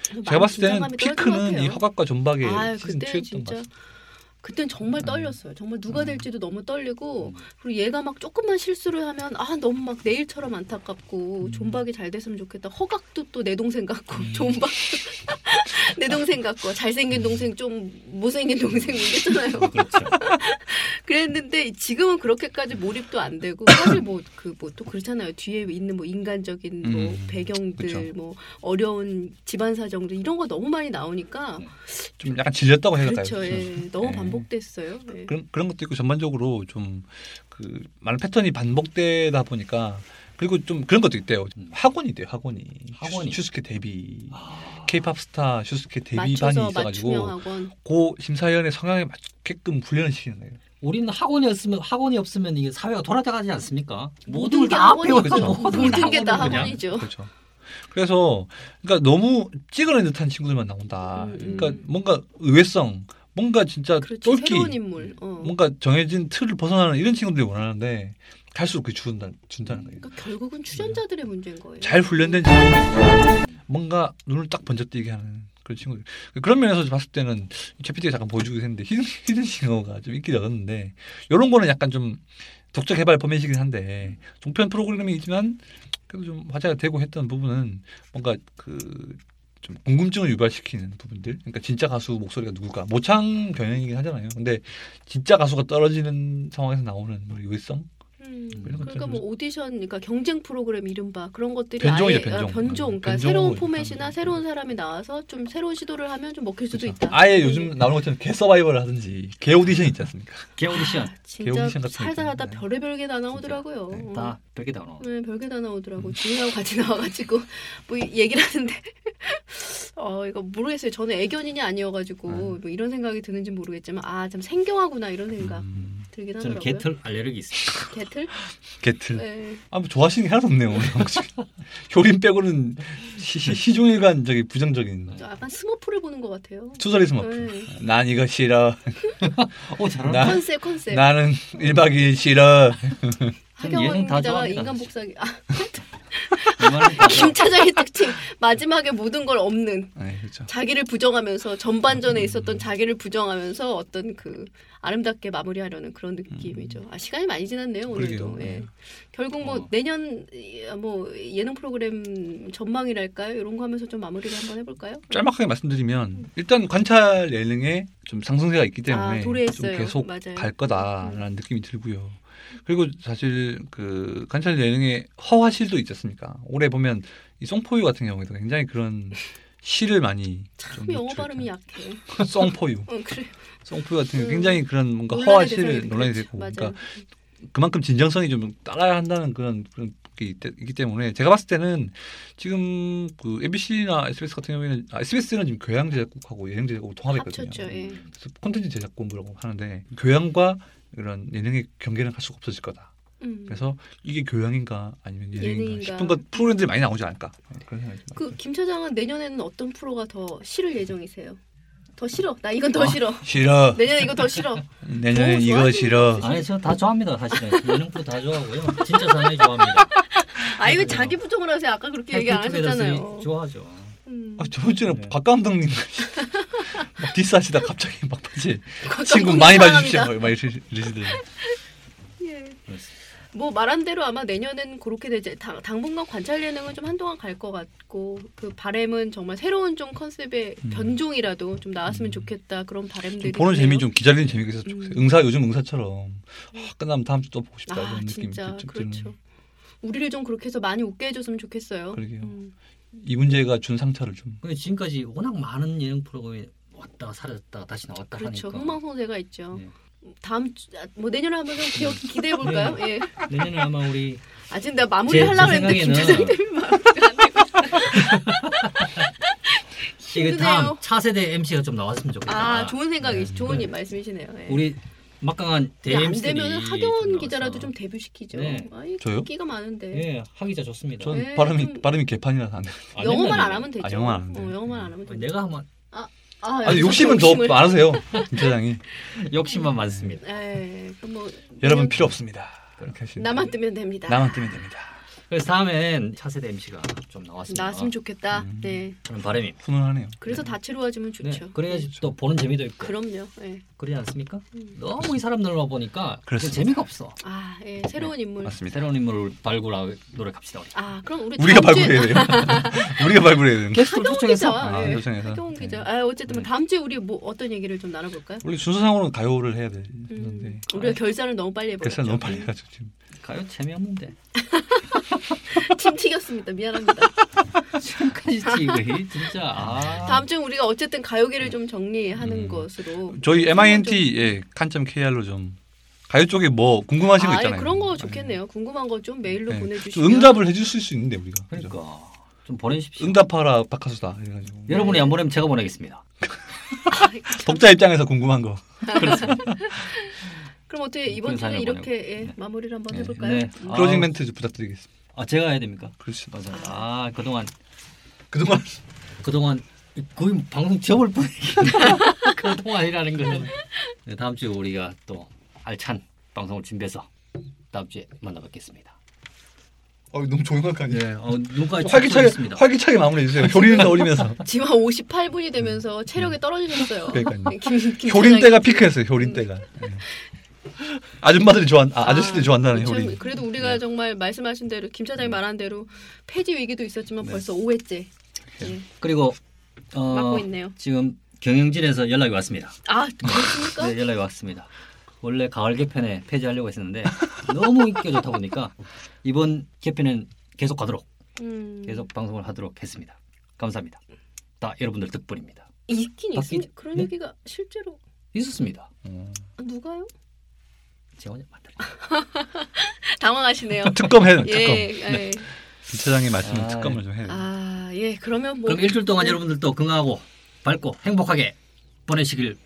그렇죠. 제가
많은
봤을 때는
긴장감이 떨어질 것
피크는
같아요.
이 허각과 존박의
아유,
시즌
그때는
2였던 것
진짜
같아요.
그땐 정말
음.
떨렸어요. 정말 누가
음.
될지도 너무 떨리고
음.
그리고 얘가 막 조금만 실수를 하면 아 너무 막 내일처럼 안타깝고
음.
존박이 잘 됐으면 좋겠다. 허각도 또 내 동생 같고 존박 내 동생 같고 잘생긴 동생 좀 못생긴 동생 이랬잖아요.
그렇죠.
그랬는데 지금은 그렇게까지 몰입도 안 되고 사실 뭐 그 뭐 또 그렇잖아요 뒤에 있는 뭐 인간적인 뭐
음,
배경들
그쵸.
뭐 어려운 집안 사정들 이런 거 너무 많이 나오니까
좀 약간 질렸다고 해야 될까요?
그렇죠 예 너무
예.
반복됐어요 예.
그런 그런 것도 있고 전반적으로 좀 그 많은 패턴이 반복되다 보니까 그리고 좀 그런 것도 있대요.
음.
학원이 돼요. 학원이.
학원이.
슈- 슈스케 데뷔.
아,
케이팝 스타 슈스케 데뷔반이
맞춰서
있어가지고
맞춤형 학원
고 심사위원의 성향에 맞게끔 훈련을 시키는 거예요.
우리는 학원이었으면 학원이 없으면 이게 사회가 돌아가지 않습니까? 모든
모든
걸
게
다 배워야
학원이죠.
그렇죠.
뭐 모든 게 다
그냥.
학원이죠
그렇죠. 그래서 그러니까 너무 찌그러진 듯한 친구들만 나온다.
음, 음.
그러니까 뭔가 의외성, 뭔가 진짜
그렇죠
똘끼, 음.
새로운 인물 어.
뭔가 정해진 틀을 벗어나는 이런 친구들이 원하는데 갈수록 그게 준다, 준다는 거예요.
그러니까 결국은 출연자들의 문제인 거예요
잘 훈련된 친구들, 뭔가 눈을 딱 번쩍뜨게 하는 그런 친구들. 그런 면에서 봤을 때는 채피티가 잠깐 보여주긴 했는데 히든, 히든싱어가 좀 인기를 얻었는데 이런 거는 약간 좀 독자 개발 범위이긴 한데 종편 프로그램이지만 그래도 좀 화제가 되고 했던 부분은 뭔가 그 좀 궁금증을 유발시키는 부분들, 그러니까 진짜 가수 목소리가 누굴까 모창 경연이긴 하잖아요. 근데 진짜 가수가 떨어지는 상황에서 나오는 뭐 유해성
음,
이런
그러니까
것들은
뭐 오디션, 그러니까 경쟁 프로그램 이른바 그런 것들이
그렇죠. 변종이죠,
아예 아,
변종.
변종, 그러니까
변종으로
새로운
일단은.
포맷이나 새로운 사람이 나와서 좀 새로운 시도를 하면 좀 먹힐 수도 있다. 음.
그렇죠.
네.
아예 요즘 나오는 것처럼 개 서바이벌을 하든지 개 오디션 있지 않습니까?
개오디션
아, 진짜
배우신 같은
살다 하다
느낌인데.
별의별 게 다 나오더라고요. 어.
진짜.
다 별게 다 나와.
네, 별게 다 나오더라고. 지인하고 같이 나와가지고 뭐 이- 얘기를 하는데 어 이거 모르겠어요. 저는 애견인이 아니어가지고
음.
뭐 이런 생각이 드는지 모르겠지만 아 참 생경하구나 이런 생각
음,
들긴
저는
하더라고요.
개털 음. 알레르기 있어요.
개틀?
개틀.
네.
아, 뭐 좋아하시는 게 하나도 없네요. 오늘 방송이. 효린 빼고는 시- 시- 시종일관 저기 부정적인
저 약간 스머프를 보는 것 같아요.
투서리 스머프.
네.
난 이거 싫어.
어 잘한다.
나-
컨셉 컨셉.
나는 1박 2일 싫어.
저는 예능
하경원
다
기자가
좋아합니다.
인간 복사기 아,
정말
김 차장의 특징 마지막에 모든 걸 없는
네, 그렇죠.
자기를 부정하면서 전반전에 있었던 자기를 부정하면서 어떤 그 아름답게 마무리하려는 그런
음.
느낌이죠. 아 시간이 많이 지났네요 오늘도.
그러게요.
예.
네.
결국 뭐
어.
내년 예, 뭐 예능 프로그램 전망이랄까요 이런 거 하면서 좀 마무리를 한번 해볼까요?
짤막하게 말씀드리면 일단 관찰 예능에 좀 상승세가 있기 때문에
아,
좀
도래했어요.
계속
맞아요.
갈
음.
거다라는 느낌이 들고요. 그리고 사실 그 관찰 예능의 허화실도 있지 않습니까? 올해 보면 이 송포유 같은 경우에도 굉장히 그런 시를 많이
참
좀
영어
노출했잖아요.
발음이 약해.
송포유,
응 그래.
송포유
음,
같은 경우 굉장히 그런 뭔가
논란의
허화
대상이
시를 논란이
됐죠.
됐고,
맞아요.
그러니까 그만큼 진정성이 좀 따라야 한다는 그런 그런 게 있- 있기 때문에 제가 봤을 때는 지금 그 MBC나 SBS 같은 경우에는 아, SBS는 지금 교양 제작국하고 예능 제작국 통합했거든요. 음.
합쳤죠. 예.
그래서 콘텐츠 제작국이라고 하는데 교양과 이런 예능의 경계는 갈 수가 없어질 거다.
음.
그래서 이게 교양인가 아니면 예능인가,
예능인가.
싶은 것 프로그램들이 많이 나오지 않을까 네, 그런 생각이 듭니다.
그 김 차장은 내년에는 어떤 프로가 더 싫을 예정이세요? 더 싫어. 나 이건 더 싫어.
싫어.
내년에 이거 더 싫어.
내년엔
네. 너무
이거
좋아하는
싫어.
아니 저 다 좋아합니다 사실은 예능 프로 다 좋아하고요 진짜 사나이 좋아합니다
아 이거
어.
자기 부정을 하세요. 아까 그렇게 얘기 안
헬스투게더
하셨잖아요.
쓰리 좋아하죠
음.
아, 저번 주에
네.
박 감독님 막 디스하시다 갑자기 막판지
가끔
친구 많이 봐주십시오.
사랑합니다. 네,
막 이러시들.
예. 뭐 말한 대로 아마 내년엔 그렇게 되지 당, 당분간 관찰 예능은 좀 한동안 갈 것 같고 그 바램은 정말 새로운 좀 컨셉의
음.
변종이라도 좀 나왔으면
음.
좋겠다 그런 바램들이
좀 보는
있네요.
재미 좀 기다리는 재미가 있어서 좋겠어요.
음. 네.
응사 요즘 응사처럼 아, 끝나면 다음 주 또 보고 싶다
아
이런 느낌이
진짜
좀 드는.
그렇죠 우리를 좀 그렇게 해서 많이 웃게 해줬으면 좋겠어요
그러게요.
음.
이 문제가 준 상처를 좀
근데 지금까지 워낙 많은 예능 프로그램이 왔다가 사라졌다가 다시 나왔다
그렇죠
하니까
흥망성쇠가 있죠
그러니까. 예.
다음 주, 아, 뭐 내년에 한번 좀 기억 기대해 볼까요
네.
예
내년에 아마 우리
아 지금 나 마무리 하려고
제
했는데 김
생각에는-
차장이 되면
이게
힘드네요.
다음 차세대 MC가 좀 나왔으면 좋겠다.
아 좋은 생각이 좋은
네.
말씀이시네요 예.
우리 막강한
근데 안
대MC들이
되면 하경원 기자라도 좀 데뷔시키죠.
네.
아이
저요? 네.
끼가 많은데.
예, 하기자 좋습니다.
전
네,
발음이
좀-
발음이 개판이라서 안 돼.
안
아, 영어만
된다니까.
안 하면 되죠.
아, 영어만 안 하면 돼요.
어, 영어만 안 하면 되죠.
뭐 내가 하면
아,
아니
여기서
욕심은 더
욕심을.
많으세요, 김 차장이.
욕심만 많습니다.
예. 그럼 뭐 그냥
여러분 필요 없습니다. 그렇게 하시는.
나만 뜨면 됩니다.
나만 뜨면 됩니다.
그래서 다음엔 차세대 MC가 좀 나왔으면
나왔으면 좋겠다.
음.
네.
하는 바람입니다.
훈훈하네요.
그래서 다채로워지면 좋죠.
네, 그래야지 또 보는 재미도 있고
그럼요. 예.
그러지 않습니까?
음.
너무 이 사람들만 보니까
그렇습니다.
재미가 없어.
아, 예. 새로운 인물.
네. 맞습니다.
새로운 인물을 발굴하고 노력합시다 우리.
아, 그럼 우리
우리가
다음 주에
발굴해야 돼요. 우리가 발굴해야 되는.
게스트
하경원
초청해서
기자.
아,
예.
요청해서.
하경원
네.
기자. 아, 어쨌든
네.
다음 주에 우리 뭐 어떤 얘기를 좀 나눠 볼까요?
원래 순서상으로는 가요를 해야 되는데
음, 그렇죠. 우리가 결산을 너무 빨리 해버렸죠. 네.
계산 네. 아, 너무 빨리 해가지고 지금
가요 재미없는데
팀 튀겼습니다. 미안합니다.
지금까지 이거 진짜 아.
그렇죠. 다음 주에 우리가 어쨌든 가요계를 좀 정리하는
네. 음.
것으로
저희 MINT 예 칸점 KR로 좀 가요 쪽에 뭐 궁금하신 거
아,
있잖아요.
예, 그런 거 좋겠네요. 궁금한 거 좀 메일로
네. 좀
보내주시면
응답을 해줄 수 있는데 우리가. 그죠?
그러니까 좀 보내십시오.
응답하라 박하수다 해가지고
네.
예.
여러분이 안 보내면 제가 보내겠습니다.
독자 입장에서 궁금한 거.
그럼 어떻게
그런
이번 주는
사연을
이렇게 예,
네.
마무리를 한번
네.
해볼까요?
네.
음.
아.
클로징 멘트 좀 부탁드리겠습니다.
아 제가 해야 됩니까?
그렇습니다.
맞아요. 아 그동안
그동안
그동안 거의 방송 접을 뻔했네. 그동안이라는 거는 네, 다음 주에 우리가 또 알찬 방송을 준비해서 다음 주에 만나뵙겠습니다.
어, 너무 조용한 거 아니에요?
네, 어, 누가
활기차게
있습니다.
활기차게 마무리해 주세요. 효린 어울리면서
지금 한 58분이 되면서
네.
체력이 떨어지셨어요.
그러니까요.
김- 네, 김
효린
차장이.
때가 피크였어요. 효린 때가 예. 아줌마들이 좋아한 아, 아저씨들이 좋아한다는
참,
효린.
그래도 우리가
네.
정말 말씀하신 대로 김 차장이 말한 대로 폐지 위기도 있었지만
네.
벌써 5회째 예,
그리고 어,
맡고 있네요.
지금 경영진에서 연락이 왔습니다.
아 그렇습니까?
네, 연락이 왔습니다. 원래 가을 개편에 폐지하려고 했었는데 너무 인기가 좋다 보니까 이번 개편은 계속 가도록
음,
계속 방송을 하도록 했습니다. 감사합니다. 다 여러분들 덕분입니다.
있긴
바뀌-
있습니다. 그런
네?
얘기가 실제로
있었습니다.
음.
아, 누가요?
제가 혼자 만들었
당황하시네요.
특검 해 특검.
예,
네.
예.
김 차장님 말씀
아,
은 특검을 좀 해야 돼요.
아, 예. 그러면 뭐
그럼 일주일 동안 여러분들도 건강하고 밝고 행복하게 보내시길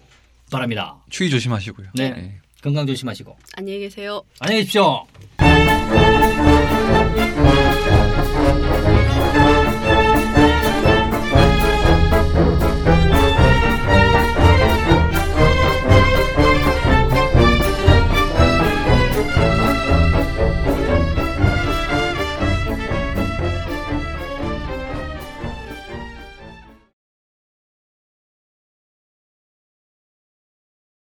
바랍니다.
추위 조심하시고요.
네.
예.
건강 조심하시고
안녕히 계세요.
안녕히 계십시오.